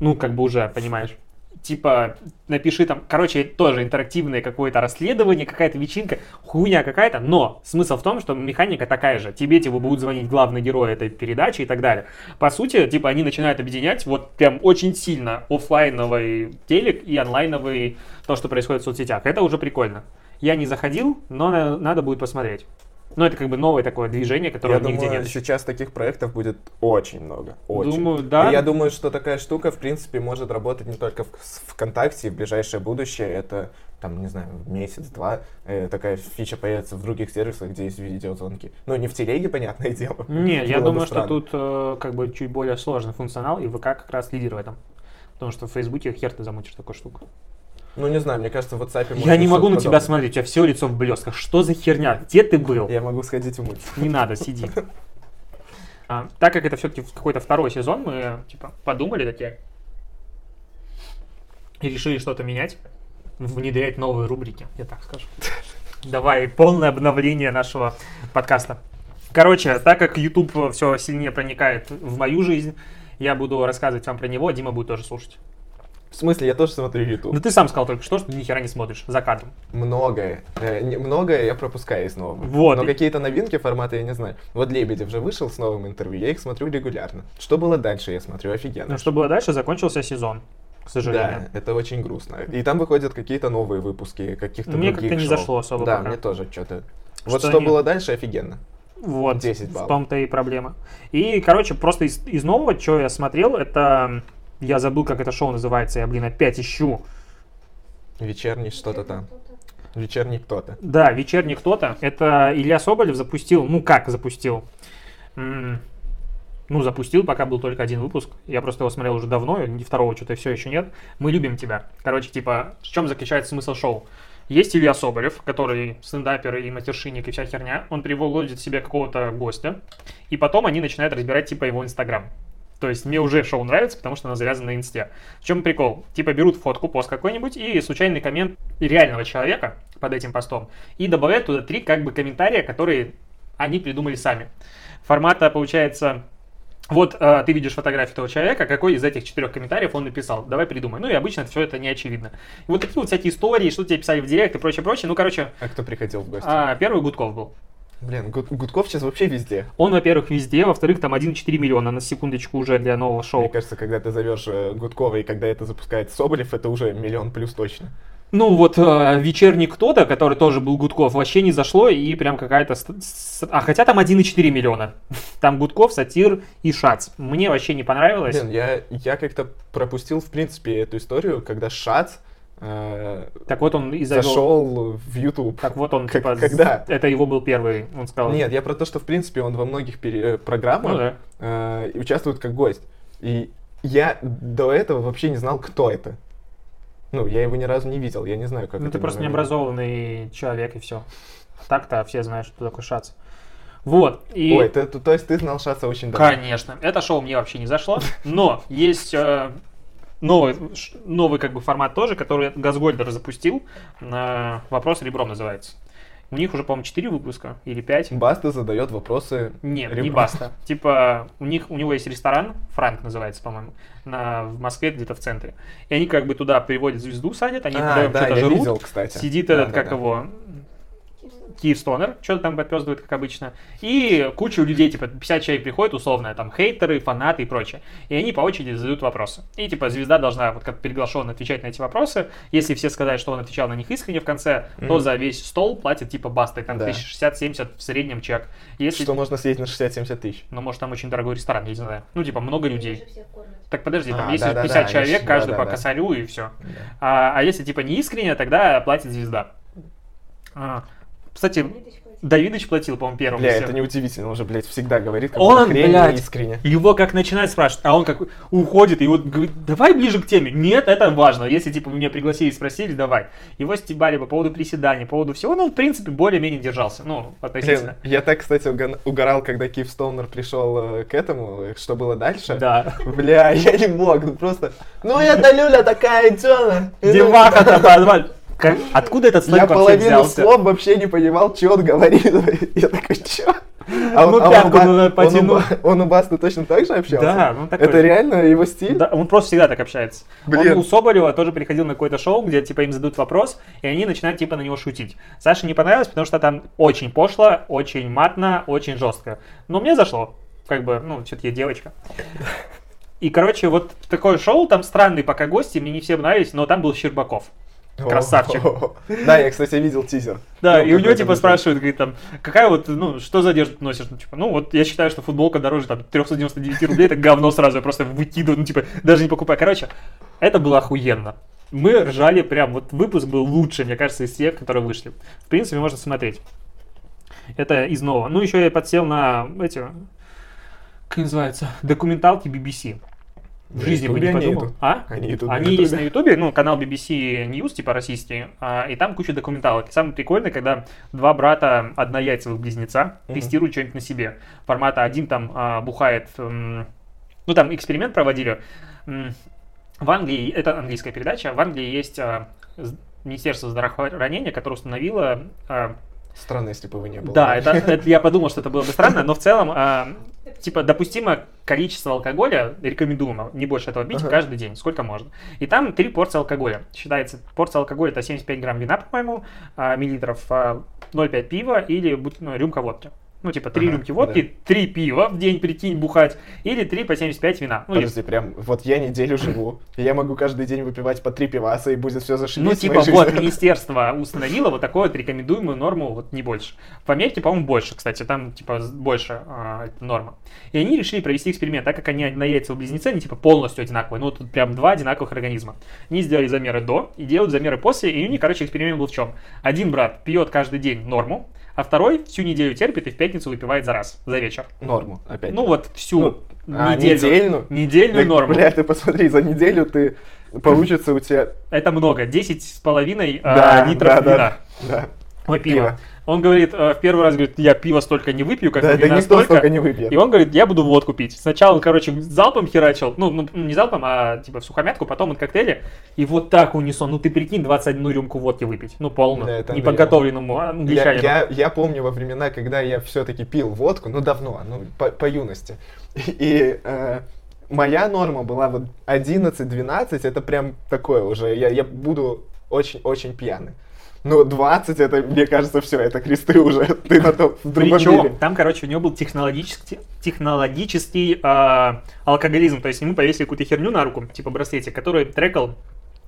S2: Ну, как бы уже, понимаешь. Типа, напиши там, короче, тоже интерактивное какое-то расследование, какая-то вечеринка, хуйня какая-то, но смысл в том, что механика такая же. Тебе, типа, будут звонить главный герой этой передачи и так далее. По сути, типа, они начинают объединять вот прям очень сильно оффлайновый телек и онлайновый то, что происходит в соцсетях. Это уже прикольно. Я не заходил, но на- надо будет посмотреть. Но это как бы новое такое движение, которое
S1: Я
S2: нигде
S1: думаю,
S2: нет.
S1: сейчас таких проектов будет очень много. Очень.
S2: Думаю, да.
S1: И я думаю, что такая штука, в принципе, может работать не только в с- ВКонтакте, и в ближайшее будущее. Это, там, не знаю, месяц-два э, такая фича появится в других сервисах, где есть видеозвонки. Ну, не в телеге, понятное дело.
S2: Не, я
S1: Было бы
S2: думаю, что
S1: странно.
S2: тут э, как бы чуть более сложный функционал, и ВК как раз лидер в этом. Потому что в Фейсбуке хер ты замутишь такую штуку.
S1: Ну, не знаю, мне кажется, в WhatsApp...
S2: я не могу на тебя
S1: смотреть.
S2: смотреть, у тебя все лицо в блесках. Что за херня? Где ты был?
S1: Я могу сходить умыть.
S2: Не надо, сиди. А, так как это все-таки какой-то второй сезон, мы типа подумали такие и решили что-то менять, внедрять новые рубрики, я так скажу. Давай, полное обновление нашего подкаста. Короче, так как YouTube все сильнее проникает в мою жизнь, я буду рассказывать вам про него, а Дима будет тоже слушать.
S1: В смысле, я тоже смотрю YouTube.
S2: Ну ты сам сказал только что, что ты ни хера не смотришь за кадром.
S1: Многое. Э, не- Многое я пропускаю из нового.
S2: Вот.
S1: Но какие-то новинки формата я не знаю. Вот Лебедев же вышел с новым интервью, я их смотрю регулярно. Что было дальше, я смотрю офигенно.
S2: Ну что было дальше, закончился сезон, к
S1: да,
S2: сожалению.
S1: это очень грустно. И там выходят какие-то новые выпуски каких-то
S2: Мне
S1: других
S2: как-то не
S1: шоу.
S2: зашло особо
S1: Да,
S2: пока.
S1: мне тоже что-то... Вот
S2: Что
S1: что,
S2: они-
S1: было дальше, офигенно.
S2: Вот,
S1: 10 баллов.
S2: в том-то и проблема. И, короче, просто из, из нового, что я смотрел, это... Я забыл, как это шоу называется, я, блин, опять ищу.
S1: Вечерний что-то там. Вечерний кто-то.
S2: Да, «Вечерний кто-то». Это Илья Соболев запустил, ну как запустил? М, Ну, запустил, пока был только один выпуск. Я просто его смотрел уже давно, и ни второго что-то все еще нет. «Мы любим тебя». Короче, типа, в чем заключается смысл шоу? Есть Илья Соболев, который стендапер и матершинник и вся херня. Он приводит себе какого-то гостя, и потом они начинают разбирать, типа, его Инстаграм. То есть мне уже шоу нравится, потому что оно завязано на инсте. В чем прикол? Типа берут фотку, пост какой-нибудь и случайный коммент реального человека под этим постом и добавляют туда три как бы комментария, которые они придумали сами. Формата получается вот э, ты видишь фотографию этого человека, какой из этих четырех комментариев он написал. Давай придумай. Ну и обычно все это не очевидно. И вот такие вот всякие истории, что тебе писали в директ и прочее, прочее. Ну, короче,
S1: А кто приходил в гости?
S2: а, первый Гудков был.
S1: Блин, Гуд- Гудков сейчас вообще везде.
S2: Он, во-первых, везде, во-вторых, там 1,4 миллиона на секундочку уже для нового шоу.
S1: Мне кажется, когда ты зовешь э, Гудкова и когда это запускает Соболев, это уже миллион плюс точно.
S2: Ну вот э, вечерний кто-то, который тоже был Гудков, вообще не зашло и прям какая-то... ст- с- А хотя там 1,4 миллиона. Там Гудков, Сатир и Шац. Мне вообще не понравилось.
S1: Блин, я, я как-то пропустил, в принципе, эту историю, когда Шац э,
S2: Так вот он и завел...
S1: зашел в YouTube.
S2: Так вот он,
S1: Как-
S2: типа... з-
S1: когда?
S2: Это его был первый, он сказал.
S1: Нет, я про то, что, в принципе, он во многих пере- э,
S2: Ну
S1: программах
S2: да.
S1: э, и участвует как гость. И я до этого вообще не знал, кто это. Ну, я его ни разу не видел, я не знаю, как
S2: Ну
S1: это
S2: ты просто
S1: называется.
S2: необразованный человек и все. Так-то все знают, что такой Шац. Вот. И...
S1: Ой, ты- ты- то есть ты знал Шаца очень давно.
S2: Конечно. Это шоу мне вообще не зашло. Но есть э, новый, ш- новый как бы формат тоже, который Газгольдер запустил. Э, Вопрос ребром называется. У них уже, по-моему, 4 выпуска или 5.
S1: Баста задает вопросы.
S2: Нет, не
S1: ребром.
S2: баста. Типа, у них у него есть ресторан, Франк называется, по-моему, на, в Москве, где-то в центре. И они как бы туда приводят звезду, садят, они
S1: А,
S2: туда
S1: да,
S2: что-то
S1: я
S2: жрут.
S1: видел, кстати.
S2: Сидит
S1: Да,
S2: этот,
S1: да,
S2: как
S1: да.
S2: его, Киев Стонер, что-то там подпездывает, как обычно, и кучу людей, типа 50 человек приходит, условно, там хейтеры, фанаты и прочее, и они по очереди задают вопросы. И типа звезда должна, вот как приглашенный, отвечать на эти вопросы. Если все сказали, что он отвечал на них искренне в конце, то
S1: Мгм.
S2: за весь стол платит типа баста, и там
S1: Да.
S2: 1060-70 в среднем чек. Если...
S1: Что можно съездить на 60-70 тысяч.
S2: Ну, может, там очень дорогой ресторан, я не знаю. Ну, типа, много людей.
S3: всех кормят.
S2: Так подожди, там
S1: А,
S2: есть
S1: да-да-да,
S2: 50
S1: они ж-
S2: человек, каждый по
S1: да-да-да.
S2: косарю и все. А, а если типа не искренне, тогда платит звезда. А, кстати,
S3: Они тысячу платят.
S2: Давидыч платил, по-моему, первым.
S1: Бля,
S2: всем.
S1: это неудивительно, уже, блядь, всегда говорит, как
S2: Он,
S1: будто хрень
S2: блядь.
S1: искренне.
S2: Его как начинает спрашивать, а он как уходит и вот говорит, давай ближе к теме. Нет, это важно. Если типа меня пригласили и спросили, давай. Его стебали по поводу приседаний, по поводу всего. Ну, в принципе, более-менее держался. Ну,
S1: Блин,
S2: относительно.
S1: я так, кстати, угон- угорал, когда Киев Стоунер пришел э, к этому, э, что было дальше.
S2: Да.
S1: Бля, я не мог, ну просто... Ну это Люля такая, чё она? И ну,
S2: Деваха-то позвали. Как- Откуда этот
S1: Я
S2: слайд вообще
S1: половину
S2: взялся?
S1: слов вообще не понимал, что он говорит. Я такой, чё? А
S2: Ну,
S1: а
S2: пятку
S1: Ба-
S2: надо потянуть.
S1: Он у, Ба- он у Басты точно так же общался?
S2: Да, он такой.
S1: Это реально его стиль?
S2: Да, он просто всегда так общается.
S1: Блин.
S2: Он у Соболева тоже приходил на какое-то шоу, где типа им задают вопрос, и они начинают типа на него шутить. Саше не понравилось, потому что там очень пошло, очень матно, очень жестко. Но мне зашло. Как бы, ну, все-таки я девочка. И, короче, вот такое шоу, там странные пока гости, мне не все нравились, но там был Щербаков. красавчик.
S1: О-о-о. Да, я, кстати, видел тизер. Ну,
S2: Да, и у него
S1: какой-то
S2: типа
S1: был.
S2: спрашивают, говорит, там, какая вот, ну, что за одежду ты носишь? Ну, типа, ну, вот я считаю, что футболка дороже, там, 399 рублей, это говно сразу, я просто выкидываю, ну, типа, даже не покупаю. Короче, это было охуенно. Мы ржали прям, вот выпуск был лучше, мне кажется, из тех, которые вышли. В принципе, можно смотреть. Это из нового. Ну, еще я подсел на эти, как называется, документалки BBC. В
S1: На
S2: жизни бы
S1: Ютубе
S2: не
S1: они
S2: подумал.
S1: идут.
S2: А?
S1: Они идут на
S2: Они есть на
S1: Ютубе.
S2: Ютубе, ну, канал BBC News, типа российский, а, и там куча документалок. И самое прикольное, когда два брата однояйцевых близнеца
S1: Мгм.
S2: тестируют что-нибудь на себе. Формата один там а, бухает, м, ну, там эксперимент проводили. М, В Англии, это английская передача, в Англии есть а, з- Министерство здравоохранения, которое установило а,
S1: Странно, если бы его не было.
S2: да, это, это я подумал, что это было бы странно, но в целом, а, типа, допустимо количество алкоголя рекомендуемо, не больше этого пить
S1: Ага.
S2: каждый день, сколько можно. И там три порции алкоголя. Считается, порция алкоголя это 75 грамм вина, по-моему, а, миллилитров, а, 0,5 пива или бут- ну, рюмка водки. Ну, типа, три
S1: Ага,
S2: рюмки водки, три пива в день, прикинь, бухать, или три по 75 вина. Ну,
S1: Подожди, прям, вот я неделю живу, и я могу каждый день выпивать по три пиваса, и будет все зашибись.
S2: Ну,
S1: в
S2: типа,
S1: моей
S2: вот,
S1: жизни.
S2: министерство установило вот такую вот рекомендуемую норму, вот не больше. В Америке, по-моему, больше, кстати, там, типа, з- больше а, эта норма. И они решили провести эксперимент, так как они на яйца близнецы, они, типа, полностью одинаковые. Ну, тут прям два одинаковых организма. Они сделали замеры до и делают замеры после, и у них, короче, эксперимент был в чем? Один брат пьет каждый день норму, а второй всю неделю терпит и в пятницу выпивает за раз, за вечер.
S1: Норму, опять.
S2: Ну, вот всю
S1: Ну, а,
S2: неделю.
S1: недельную?
S2: Недельную
S1: Так,
S2: норму.
S1: Бля, ты посмотри, за неделю ты получится у тебя...
S2: Это много. 10,5 а,
S1: Да, да, да.
S2: литров вина.
S1: Да,
S2: Ой,
S1: Пиво.
S2: пиво. Он говорит, э, в первый раз говорит, я пиво столько не выпью, как
S1: да,
S2: вина
S1: да никто столько не выпьет.
S2: И он говорит, я буду водку пить. Сначала он, короче, залпом херачил, ну, ну, не залпом, а типа в сухомятку, потом он коктейли. И вот так унесло. Ну ты прикинь, 21 рюмку водки выпить. Ну полную,
S1: Да, это
S2: неподготовленному
S1: Я,
S2: англичанину.
S1: я, я помню во времена, когда я все-таки пил водку, ну давно, ну по, по юности. И э, моя норма была вот 11-12, это прям такое уже, я, я буду очень-очень пьяный. Но 20, это, мне кажется, все, это кресты уже, ты на том, в другом
S2: Причем
S1: мире.
S2: там, короче, у него был технологический, технологический а, алкоголизм. То есть ему повесили какую-то херню на руку, типа браслетик, который трекал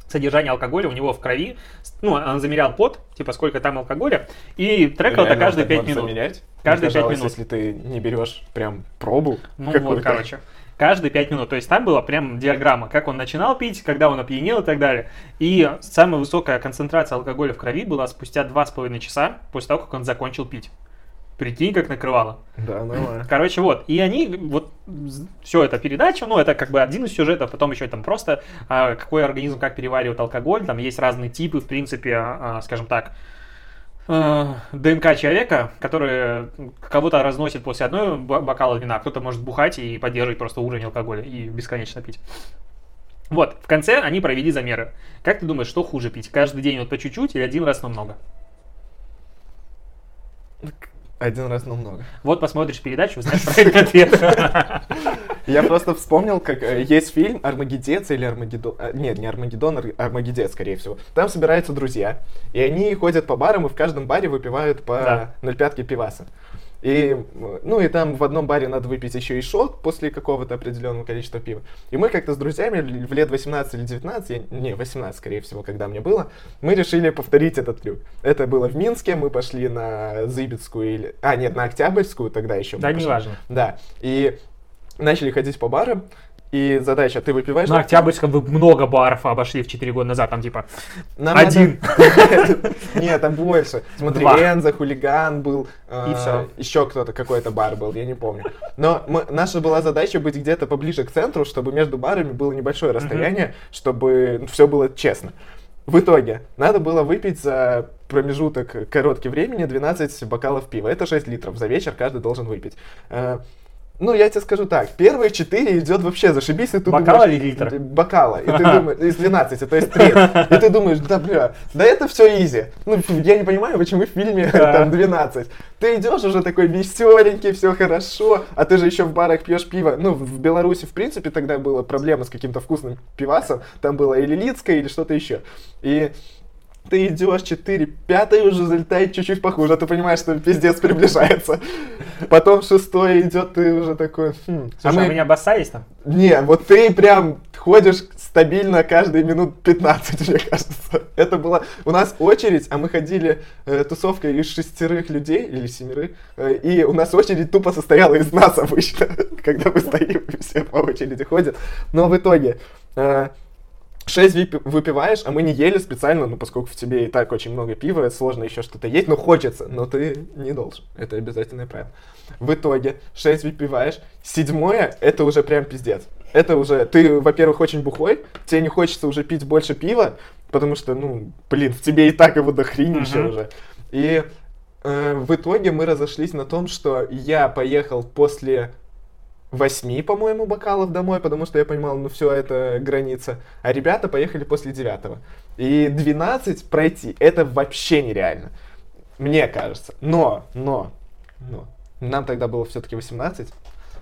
S2: содержание алкоголя у него в крови. С- Ну, он замерял пот, типа сколько там алкоголя, и трекал это
S1: Реально,
S2: каждые
S1: так
S2: 5
S1: можно
S2: минут.
S1: замерять? Мне
S2: Каждые пять
S1: казалось,
S2: минут.
S1: Если ты не берешь прям пробу.
S2: Ну вот,
S1: какую-то.
S2: короче. Каждые 5 минут. То есть там была прям диаграмма, как он начинал пить, когда он опьянел и так далее. И самая высокая концентрация алкоголя в крови была спустя 2,5 часа после того, как он закончил пить. Прикинь, как накрывало.
S1: Да, ну ладно.
S2: Короче, вот. И они, вот, все это передача, ну, это как бы один из сюжетов, потом еще там просто, а, какой организм как переваривает алкоголь, там есть разные типы, в принципе, а, а, скажем так, э, ДНК человека, который кого-то разносит после одной ба- бокала вина, а кто-то может бухать и поддерживать просто уровень алкоголя и бесконечно пить. Вот, в конце они провели замеры. Как ты думаешь, что хуже пить? Каждый день вот по чуть-чуть или один раз, но много?
S1: Один раз, но много.
S2: Вот посмотришь передачу, узнаешь правильный ответ.
S1: Я просто вспомнил, как э, есть фильм «Армагедец» или «Армагеддон». а, Нет, не «Армагеддон», Ар- «Армагедец», скорее всего. Там собираются друзья, и они ходят по барам, и в каждом баре выпивают по
S2: Да.
S1: 0,5 пиваса. И, м, ну и там в одном баре надо выпить еще и шот после какого-то определенного количества пива. И мы как-то с друзьями л- в лет 18 или 19, я- не, 18, скорее всего, когда мне было, мы решили повторить этот трюк. Это было в Минске, мы пошли на Зыбецкую или... А, нет, на Октябрьскую тогда еще. мы
S2: Да,
S1: пошли.
S2: неважно.
S1: Да. И начали ходить по барам, и задача, ты выпиваешь...
S2: На Октябрьском вы много баров обошли в 4 года назад, там типа
S1: Нам
S2: один.
S1: надо- Нет, там больше. Смотри,
S2: Два.
S1: Энза, Хулиган был.
S2: И всё.
S1: Еще кто-то, какой-то бар был, я не помню. Но мы- наша была задача быть где-то поближе к центру, чтобы между барами было небольшое расстояние, чтобы все было честно. В итоге надо было выпить за промежуток короткий времени 12 бокалов пива. Это 6 литров. За вечер каждый должен выпить. Э, Ну, я тебе скажу так, первые 4 идет вообще зашибись, и ты
S2: Бокала
S1: думаешь-
S2: или литра?
S1: Бокала. И ты думаешь, из 12, это из 3. И ты думаешь, да бля, да это все изи. Ну, ф- я не понимаю, почему в фильме
S2: Да.
S1: там 12. Ты идешь уже такой веселенький, все хорошо, а ты же еще в барах пьешь пиво. Ну, в в Беларуси, в принципе, тогда была проблема с каким-то вкусным пивасом. Там было или Лидское, или что-то еще. И ты идешь 4, 5 уже залетает чуть-чуть похуже, а ты понимаешь, что пиздец приближается. Потом шестой идет, ты уже такой... «Хм».
S2: Слушай, а
S1: мы-
S2: мы не обоссались там?
S1: не, вот ты прям ходишь стабильно каждые минут 15, мне кажется. Это была... У нас очередь, а мы ходили э, тусовкой из шестерых людей, или семерых, э, и у нас очередь тупо состояла из нас обычно, когда мы стоим, и все по очереди ходят. Но в итоге... э, Шесть випи- выпиваешь, а мы не ели специально, ну, поскольку в тебе и так очень много пива, сложно еще что-то есть, но хочется, но ты не должен. Это обязательное правило. В итоге 6 выпиваешь, седьмое — это уже прям пиздец. Это уже, ты, во-первых, очень бухой, тебе не хочется уже пить больше пива, потому что, ну, блин, в тебе и так его дохренище
S2: Мгм.
S1: уже. И э, в итоге мы разошлись на том, что я поехал после восьми, по-моему, бокалов домой, потому что я понимал, ну все, это граница. А ребята поехали после девятого. И 12 пройти, это вообще нереально. Мне кажется. Но, но, но. Нам тогда было все-таки 18.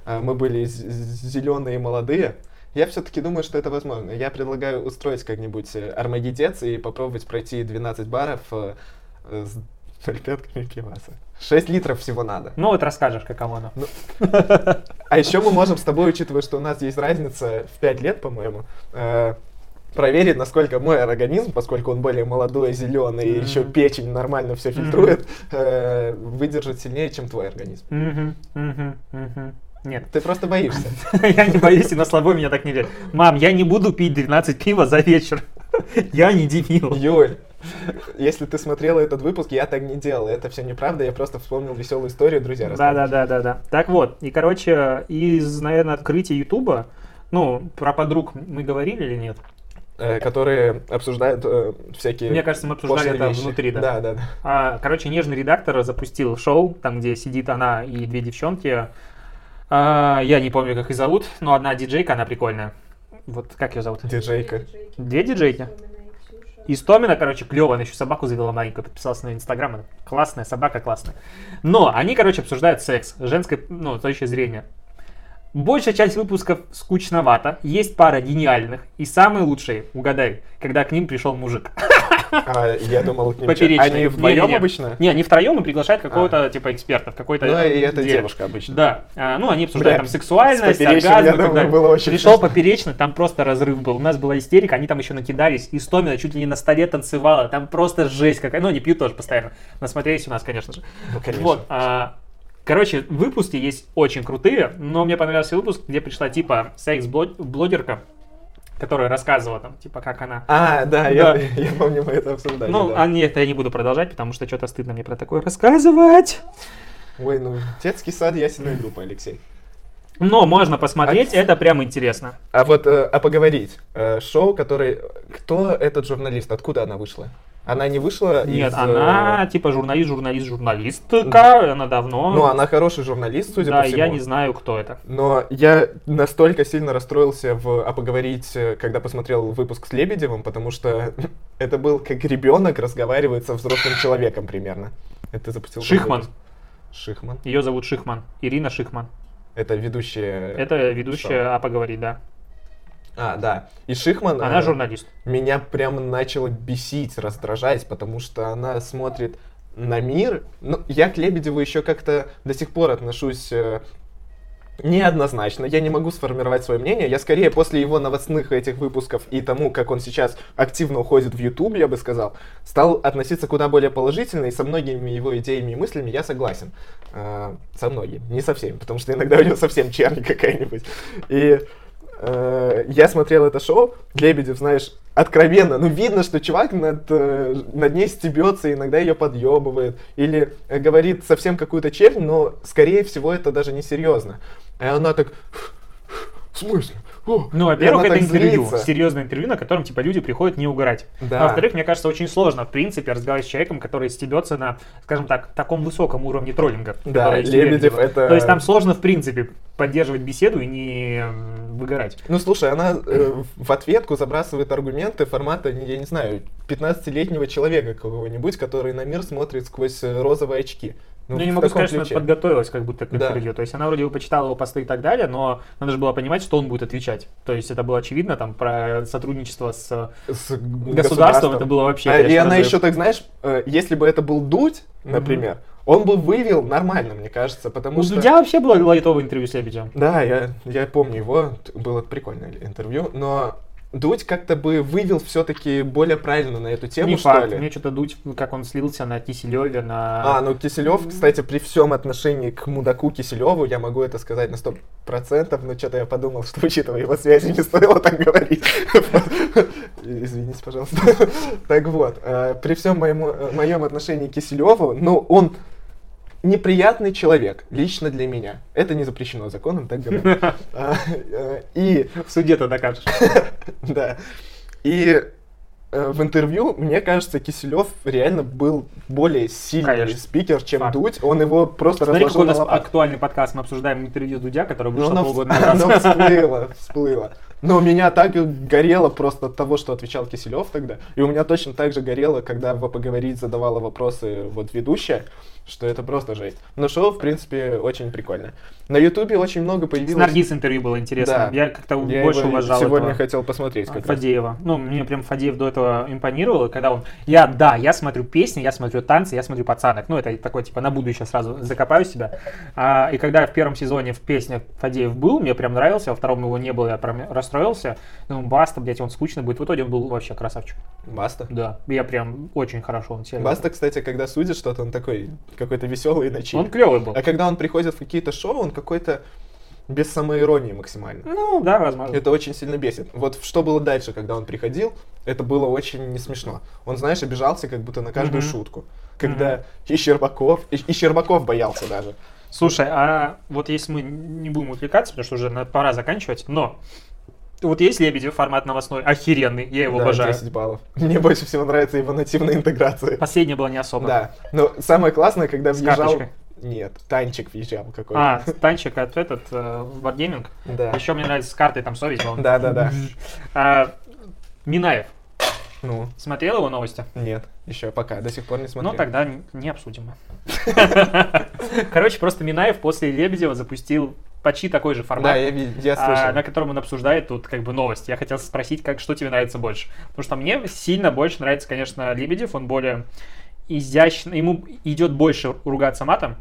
S1: а Мы были зеленые и молодые. Я все-таки думаю, что это возможно. Я предлагаю устроить как-нибудь э, армагеддец и попробовать пройти 12 баров э, э, с 0,5 пиваса. 6 литров всего надо.
S2: Ну вот расскажешь, каково оно.
S1: А еще мы можем с тобой, учитывая, что у нас есть разница в 5 лет, по-моему, э, проверить, насколько мой организм, поскольку он более молодой, зеленый, и
S2: Мгм.
S1: еще печень нормально все фильтрует, э, выдержит сильнее, чем твой организм.
S2: Мгм, мгм, мгм. Нет.
S1: Ты просто боишься.
S2: Я не боюсь, и на слабо меня так не делают. Мам, я не буду пить 12 пива за вечер. Я не дебил.
S1: Юль, если ты смотрела этот выпуск, я так не делал. Это все неправда, я просто вспомнил веселую историю, друзья.
S2: Да,
S1: рассказывали.
S2: да, да, да, да. Так вот, и короче, из, наверное, открытия Ютуба, ну, про подруг мы говорили или нет?
S1: Э, которые обсуждают э, всякие...
S2: Мне кажется, мы обсуждали
S1: пошлые
S2: это
S1: вещи.
S2: внутри, да.
S1: Да, да, да.
S2: А, короче, нежный редактор запустил шоу, там, где сидит она и две девчонки. А, я не помню, как их зовут, но одна диджейка, она прикольная. Вот как ее зовут?
S1: Диджейка.
S2: Две диджейки. И Стомина, короче, клево, она еще собаку завела маленькую, подписалась на Инстаграм, она классная, собака классная. Но они, короче, обсуждают секс, женское, ну, точки зрения. Большая часть выпусков скучновато, есть пара гениальных, и самые лучшие, угадай, когда к ним пришел мужик.
S1: А, я думал, к ним-
S2: Поперечный.
S1: Они вдвоем
S2: Не-не-не.
S1: обычно? А.
S2: Не, они втроем и приглашают какого-то, типа, эксперта в какой-то
S1: Ну, и это
S2: деле.
S1: девушка обычно.
S2: Да, А, ну они обсуждали
S1: Бля,
S2: там сексуальность,
S1: с поперечным,
S2: оргазм и
S1: я
S2: так
S1: думаю,
S2: далее.
S1: было очень
S2: Пришел
S1: смешно.
S2: поперечный, там просто разрыв был. У нас была истерика, они там еще накидались, и Стомина чуть ли не на столе танцевала, там просто жесть какая. Ну, они пьют тоже постоянно. Насмотрелись у нас, конечно же.
S1: Ну, конечно.
S2: Вот. а, Короче, выпуски есть очень крутые, но мне понравился выпуск, где пришла типа секс-блогерка, которая рассказывала там, типа, как она
S1: А, да, я,
S2: Да.
S1: я помню, мы это обсуждали.
S2: ну,
S1: да.
S2: а нет, я не буду продолжать, потому что что-то стыдно мне про такое рассказывать.
S1: Ой, ну, детский сад, ясельная группа, Алексей.
S2: Но можно посмотреть, это прям интересно.
S1: А вот, э, а поговорить, э, шоу, который... Кто этот журналист, откуда она вышла? Она не вышла
S2: Нет,
S1: из, э,
S2: она типа журналист, журналист, журналистка, она давно.
S1: Ну, она хороший журналист, судя
S2: да,
S1: по всему.
S2: я не знаю, кто это.
S1: Но я настолько сильно расстроился в «А поговорить», э, когда посмотрел выпуск с Лебедевым, потому что это был как ребенок разговаривает со взрослым человеком примерно. Это запустил...
S2: Шихман.
S1: Шихман.
S2: Ее зовут Шихман. Ирина Шихман.
S1: Это ведущая...
S2: Это ведущая «А поговорить», да.
S1: А, да. И Шихман...
S2: Она
S1: э,
S2: журналист.
S1: меня прям начало бесить, раздражать, потому что она смотрит на мир. Ну, я к Лебедеву еще как-то до сих пор отношусь э, неоднозначно. Я не могу сформировать свое мнение. Я скорее после его новостных этих выпусков и тому, как он сейчас активно уходит в YouTube, я бы сказал, стал относиться куда более положительно, и со многими его идеями и мыслями я согласен. Э, со многими, не со всеми, потому что иногда у него совсем черни какая-нибудь. И Э, я смотрел это шоу, Лебедев, знаешь, откровенно, ну видно, что чувак над, э, над ней стебется, иногда ее подъебывает, или э, говорит совсем какую-то чернь, но, скорее всего, это даже не серьезно. И она так, в смысле? О!»
S2: Ну,
S1: И
S2: во-первых,
S1: она
S2: это
S1: так
S2: интервью,
S1: злится.
S2: серьезное интервью, на котором, типа, люди приходят не угорать.
S1: Да.
S2: А во-вторых, мне кажется, очень сложно, в принципе, разговаривать с человеком, который стебется на, скажем так, таком высоком уровне троллинга.
S1: Да,
S2: который есть у
S1: Лебедев
S2: Лебедева.
S1: это-
S2: То есть там сложно, в принципе, поддерживать беседу и не м, выгорать.
S1: Ну, слушай, она э, в ответку забрасывает аргументы формата, я не знаю, 15-летнего человека какого-нибудь, который на мир смотрит сквозь э, розовые очки.
S2: Ну,
S1: в
S2: я не могу
S1: таком
S2: сказать, что
S1: ключе.
S2: она подготовилась как будто к
S1: Да.
S2: интервью. То есть она вроде бы почитала его посты и так далее, но надо же было понимать, что он будет отвечать. То есть это было очевидно, там, про сотрудничество с
S1: С
S2: государством, это было вообще...
S1: А, и
S2: конечно,
S1: она
S2: разрыв.
S1: еще так, знаешь, э, если бы это был Дудь, например, он бы вывел нормально, мне кажется, потому
S2: У
S1: что...
S2: Дудя Ну, вообще было лайтовое интервью с Лебедем.
S1: Да, я, я помню его, т- было прикольное интервью, но Дудь как-то бы вывел все-таки более правильно на эту тему,
S2: не
S1: что
S2: факт.
S1: ли?
S2: Мне что-то дуть, ну, как он слился на Киселеве, на...
S1: А, ну Киселев, кстати, при всем отношении к мудаку Киселеву, я могу это сказать на сто процентов, но что-то я подумал, что учитывая его связи, не стоило так говорить. Извините, пожалуйста. Так вот, э, при всем моем отношении к Киселеву, ну, он неприятный человек, лично для меня. Это не запрещено законом, так говорят. А, э, И
S2: В суде-то докажешь.
S1: да. И э, в интервью, мне кажется, Киселев реально был более сильный
S2: Конечно.
S1: спикер, чем
S2: Факт.
S1: Дудь. Он его просто
S2: Смотри,
S1: разложил
S2: какой у
S1: на
S2: нас
S1: лопатки.
S2: актуальный подкаст. Мы обсуждаем интервью Дудя, которое
S1: Но
S2: вышло
S1: оно
S2: полгода
S1: всп- оно
S2: назад.
S1: всплыло, всплыло. Но у меня так и горело просто от того, что отвечал Киселев тогда. И у меня точно так же горело, когда в «Поговорить» задавала вопросы вот ведущая, что это просто жесть. Но шоу, в принципе, очень прикольно. На Ютубе очень много
S2: С
S1: появилось...
S2: Наргиз интервью было интересно.
S1: Да.
S2: Я как-то
S1: Я
S2: больше
S1: его
S2: уважал
S1: сегодня
S2: этого.
S1: хотел посмотреть как раз.
S2: Фадеева. Ну, мне прям Фадеев до этого импонировал, и когда он... Я, да, я смотрю песни, я смотрю танцы, я смотрю пацанок. Ну, это такой, типа, на будущее сразу закопаю себя. А, и когда в первом сезоне в песнях Фадеев был, мне прям нравился, во втором его не было, я прям расстроился. Ну, баста, блядь, он скучно будет. В итоге он был вообще красавчик.
S1: Баста.
S2: Да, я прям очень хорошо он себя вел.
S1: Баста, кстати, когда судит что-то, он такой какой-то веселый и
S2: Он
S1: начинный.
S2: клевый был.
S1: А когда он приходит в какие-то шоу, он какой-то без самоиронии максимально.
S2: Ну, да, возможно.
S1: Это очень сильно бесит. Вот что было дальше, когда он приходил, это было очень не смешно. Он, знаешь, обижался как будто на каждую
S2: Мгм.
S1: шутку. Когда и Щербаков, и, и Щербаков боялся даже.
S2: Слушай, а вот если мы не будем отвлекаться, потому что уже на- пора заканчивать, но вот есть Лебедев, формат новостной, охеренный, я его
S1: Да,
S2: обожаю.
S1: 10 баллов. Мне больше всего нравится его нативная интеграция.
S2: Последняя была не особо.
S1: Да. Но самое классное, когда
S2: С
S1: въезжал...
S2: карточкой.
S1: Нет, танчик въезжал какой-то.
S2: А, танчик от этот, э, Wargaming.
S1: Да.
S2: Еще мне нравится с картой, там совесть была.
S1: Да, да, да.
S2: А, Минаев.
S1: Ну,
S2: Смотрел его новости?
S1: нет, еще пока, до сих пор не смотрел.
S2: Ну, тогда н- не обсудим. Короче, просто Минаев после Лебедева запустил почти такой же формат.
S1: Да, я, ви- я
S2: а,
S1: слышал.
S2: на котором он обсуждает тут как бы новость. Я хотел спросить, как, что тебе нравится больше. Потому что мне сильно больше нравится, конечно, Лебедев. Он более изящный, ему идет больше ругаться матом.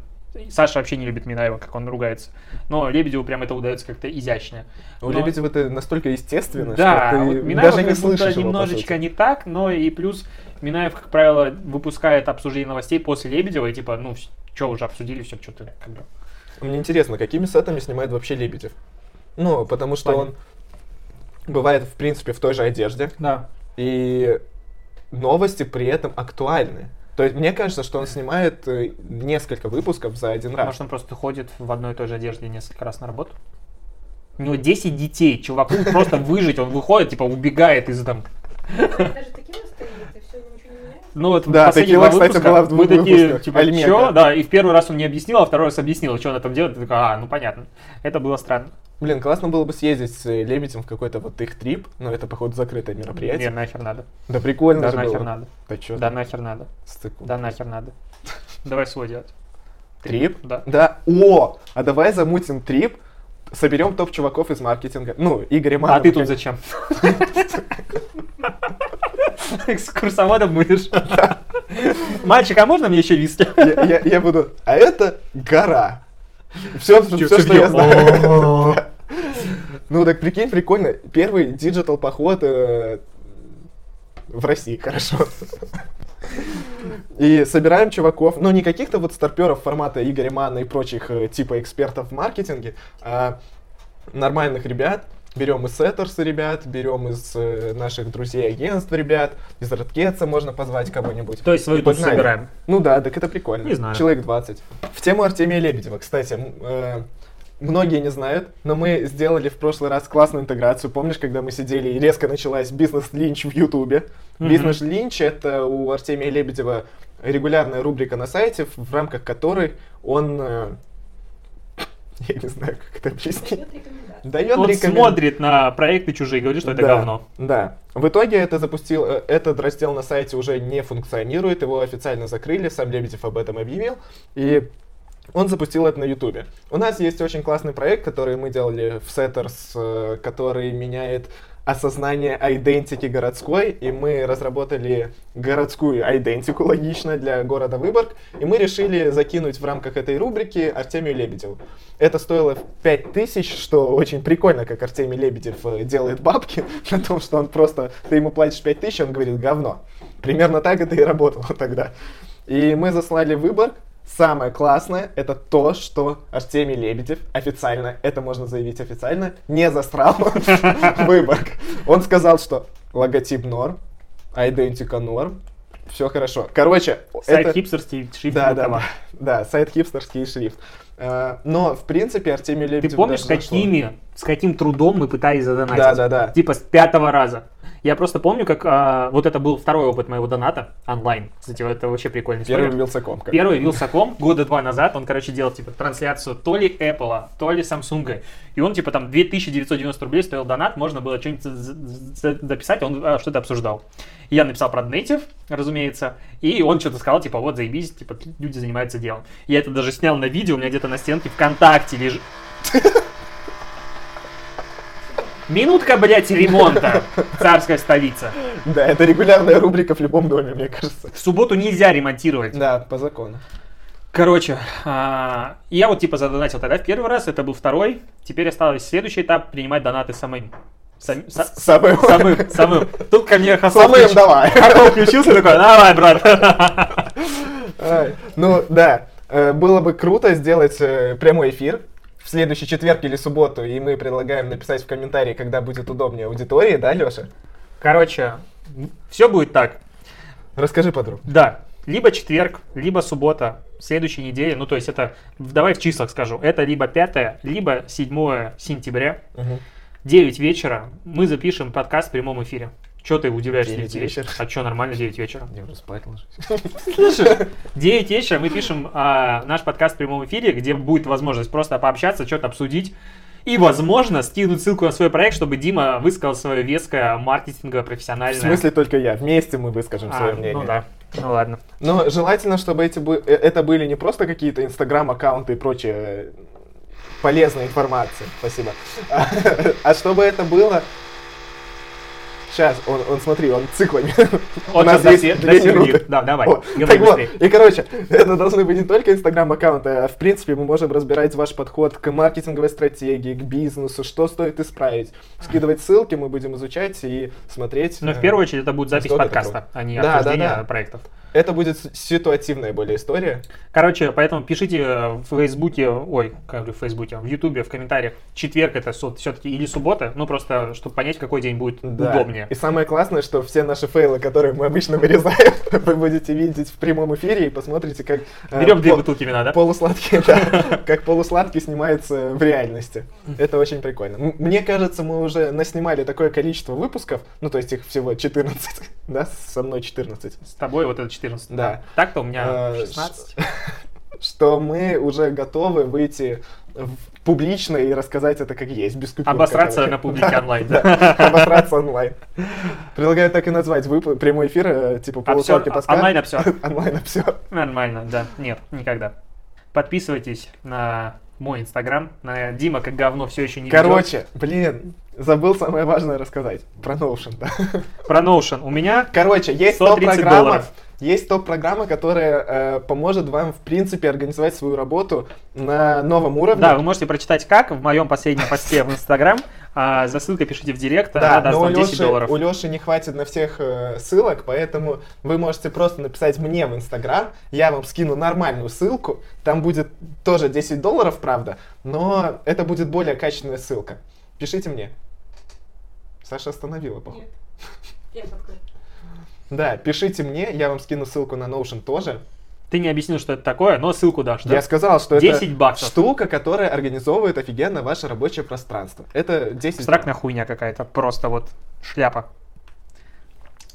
S2: Саша вообще не любит Минаева, как он ругается. Но Лебедеву прям это удается как-то изящнее.
S1: У
S2: Но-
S1: Лебедева это настолько естественно,
S2: да,
S1: что ты
S2: вот Минаева
S1: даже не
S2: как будто
S1: слышишь его, по
S2: немножечко
S1: сути.
S2: не так, но и плюс Минаев, как правило, выпускает обсуждение новостей после Лебедева, и типа, ну, что уже обсудили, все, что-то как бы.
S1: Мне интересно, какими сетами снимает вообще Лебедев? Ну, потому что
S2: Понятно.
S1: он бывает, в принципе, в той же одежде,
S2: Да.
S1: и новости при этом актуальны. То есть мне кажется, что он снимает э, несколько выпусков за один раз.
S2: Может, он просто ходит в одной и той же одежде несколько раз на работу? У него 10 детей, чуваку просто выжить, он выходит, типа, убегает из там.
S3: Даже таким настроением ты все ничего не меняешь?
S2: Ну вот
S1: Да,
S2: последнего
S1: такие, кстати,
S2: выпуска
S1: была в двух
S2: мы такие,
S1: выпусках.
S2: типа,
S1: Альмека.
S2: «Чё?» Да, и в первый раз он не объяснил, а второй раз объяснил, что она там делает. Ты такой, а, ну понятно. Это было странно.
S1: Блин, классно было бы съездить с э, Лебедем в какой-то вот их трип, но это, походу, закрытое мероприятие.
S2: Не, нахер надо.
S1: Да прикольно
S2: Да
S1: же
S2: нахер
S1: было.
S2: надо.
S1: Да Ну, чё
S2: Да
S1: ты,
S2: нахер надо.
S1: стыку.
S2: Да нахер надо. Давай свой делать.
S1: Трип?
S2: да.
S1: Да. О! А давай замутим трип, соберем топ-чуваков из маркетинга. Ну, Игоря Манова.
S2: А ты тут зачем? Экскурсоводом будешь. Мальчик, а можно мне еще виски?
S1: Я, я- я буду... А это гора. Все,
S2: Чё,
S1: все, что
S2: всё
S1: я
S2: бьём.
S1: знаю. Ну, так прикинь, прикольно. Первый диджитал поход э, в России, хорошо. И собираем чуваков, ну, не каких-то вот старперов формата Игоря Мана и прочих э, типа экспертов в маркетинге, а нормальных ребят. Берем из Сеттерса ребят, берем из э, наших друзей агентств ребят, из Редкетса можно позвать кого-нибудь.
S2: То есть свою
S1: И
S2: душу
S1: погнали.
S2: собираем.
S1: Ну да, так это прикольно.
S2: Не знаю.
S1: Человек 20. В тему Артемия Лебедева, кстати, м, э, многие не знают, но мы сделали в прошлый раз классную интеграцию. Помнишь, когда мы сидели и резко началась бизнес-линч в Ютубе?
S2: Мгм.
S1: Бизнес-линч — это у Артемия Лебедева регулярная рубрика на сайте, в в рамках которой он... э, я не знаю, как это объяснить.
S3: Дает рекомендации.
S1: Дает
S2: Он
S1: рекомен-
S2: смотрит на проекты чужие и говорит, что это
S1: да,
S2: говно.
S1: Да. В итоге это запустил, э, этот раздел на сайте уже не функционирует, его официально закрыли, сам Лебедев об этом объявил, и он запустил это на Ютубе. У нас есть очень классный проект, который мы делали в Setters, э, который меняет осознание айдентики городской, и мы разработали городскую айдентику, логично, для города Выборг, и мы решили закинуть в рамках этой рубрики Артемию Лебедеву. Это стоило 5000, что очень прикольно, как Артемий Лебедев э, делает бабки, на том, что он просто, ты ему платишь 5000, он говорит «говно». Примерно так это и работало тогда. И мы заслали Выборг, Самое классное — это то, что Артемий Лебедев официально, это можно заявить официально, не засрал Выборг. Он сказал, что логотип норм, идентика норм, все хорошо. Короче,
S2: Сайт
S1: это-
S2: хипстерский ну, шрифт
S1: да, да,
S2: Мукова.
S1: да, да, сайт хипстерский шрифт. Э, Но, в принципе, Артемий Лебедев...
S2: Ты помнишь, с
S1: даже зашло.
S2: какими, с каким трудом мы пытались задонатить?
S1: Да, да, да.
S2: Типа с пятого раза. Я просто помню, как а, вот это был второй опыт моего доната онлайн. Кстати, это вообще прикольный
S1: Первый Вилсаком. как-
S2: Первый Вилсаком года два назад, он, короче, делал, типа, трансляцию то ли Apple, то ли Samsung. И он, типа, там 2990 рублей стоил донат, можно было что-нибудь за- за- за- записать, он а, что-то обсуждал. И я написал про Native, разумеется, и он что-то сказал, типа, вот, заебись, типа, люди занимаются делом. Я это даже снял на видео, у меня где-то на стенке ВКонтакте лежит. Минутка, блядь, ремонта. Царская столица.
S1: Да, это регулярная рубрика в любом доме, мне кажется.
S2: В субботу нельзя ремонтировать.
S1: Да, по закону.
S2: Короче, а, я вот типа задонатил тогда в первый раз, это был второй. Теперь осталось следующий этап принимать донаты самым. Сам- са-
S1: Самым.
S2: самым, самым. Тут ко мне Хасан
S1: Самым
S2: включ-
S1: давай.
S2: Хасан включился такой, давай, брат.
S1: Ай, Ну да, э, было бы круто сделать э, прямой эфир в следующий четверг или субботу, и мы предлагаем написать в комментарии, когда будет удобнее аудитории, да, Леша?
S2: Короче, все будет так.
S1: Расскажи подробно.
S2: Да, либо четверг, либо суббота следующей недели. Ну, то есть это, в- давай в числах скажу, это либо 5, либо 7 сентября, 9 вечера, мы запишем подкаст в прямом эфире. Че ты удивляешься
S1: 9
S2: 9 вечера?
S1: вечера.
S2: А че, нормально 9 вечера?
S1: Я уже спать ложусь.
S2: Слышишь? 9 вечера мы пишем а, наш подкаст в прямом эфире, где будет возможность просто пообщаться, что-то обсудить. И, возможно, скинуть ссылку на свой проект, чтобы Дима высказал свое веское маркетинговое
S1: В
S2: профессиональное.
S1: смысле только я. Вместе мы выскажем
S2: А,
S1: свое мнение.
S2: Ну да. Ну ладно.
S1: Но желательно, чтобы эти бы- э, это были не просто какие-то инстаграм-аккаунты и прочие э, полезные информации. Спасибо. А, а чтобы это было... Сейчас, он, он, смотри, он циклами.
S2: Он
S1: У нас
S2: щас
S1: есть
S2: досе-
S1: две
S2: досередит.
S1: минуты.
S2: Да, давай,
S1: О,
S2: говори
S1: так вот,
S2: быстрее.
S1: и короче, это должны быть не только инстаграм-аккаунты, а в принципе мы можем разбирать ваш подход к маркетинговой стратегии, к бизнесу, что стоит исправить. Скидывать ссылки мы будем изучать и смотреть.
S2: Но Ну, в
S1: э,
S2: первую очередь это будет запись
S1: Насколько
S2: подкаста, а не
S1: Да, да,
S2: обсуждение
S1: да.
S2: проектов.
S1: Это будет с- ситуативная более история.
S2: Короче, поэтому пишите э, в Фейсбуке, ой, как говорю, в Фейсбуке, в Ютубе, в комментариях, четверг это все-таки или суббота, ну просто, чтобы понять, какой день будет
S1: Да.
S2: удобнее.
S1: И самое классное, что все наши фейлы, которые мы обычно вырезаем, вы будете видеть в прямом эфире и посмотрите, как э,
S2: Берем две
S1: пол-
S2: бутылки вина, да?
S1: полусладкий, да, как полусладкий снимается в реальности. Это очень прикольно. М- Мне кажется, мы уже наснимали такое количество выпусков, ну то есть их всего 14, да, со мной 14.
S2: С тобой вот это 14.
S1: Да.
S2: Так-то у меня
S1: Э,
S2: 16.
S1: Что мы уже готовы выйти в публично и рассказать это как есть, без купюр.
S2: Обосраться
S1: которые-
S2: на публике онлайн, да.
S1: Обосраться онлайн. Предлагаю так и назвать выпу- прямой
S2: А
S1: эфир, э, типа полусотки
S2: Обсер-
S1: Паскаль.
S2: онлайн обсер.
S1: Онлайн обсер.
S2: Нормально, да. Нет, никогда. Подписывайтесь на мой инстаграм, на Дима как говно все еще не ведёт.
S1: Короче, блин, забыл самое важное рассказать. Про Notion, да.
S2: Про Notion. У меня
S1: Короче, есть
S2: 130
S1: топ-программа,
S2: долларов.
S1: есть топ-программа, которая э, поможет вам, в принципе, организовать свою работу на новом уровне.
S2: Да, вы можете прочитать как в моем последнем посте в Инстаграм. А, за ссылкой пишите в директ,
S1: Да,
S2: она даст
S1: но у
S2: вам 10
S1: Лёши,
S2: долларов.
S1: у Лёши не хватит на всех э, ссылок, поэтому вы можете просто написать мне в Инстаграм, я вам скину нормальную ссылку, там будет тоже 10 долларов, правда, но это будет более качественная ссылка. Пишите мне. Саша остановила, походу.
S3: Нет. Я подкрою.
S1: Да, пишите мне, я вам скину ссылку на Notion тоже.
S2: Ты не объяснил, что это такое, но ссылку дашь, да?
S1: Я сказал, что
S2: 10
S1: это
S2: баксов.
S1: штука, которая организовывает офигенно ваше рабочее пространство. Это 10
S2: Абстрактная хуйня какая-то, просто вот шляпа.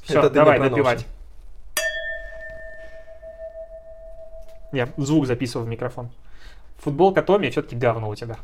S2: Все,
S1: Это ты не
S2: давай
S1: про Notion.
S2: напивать. Я звук записывал в микрофон. Футболка Томми все-таки говно у тебя.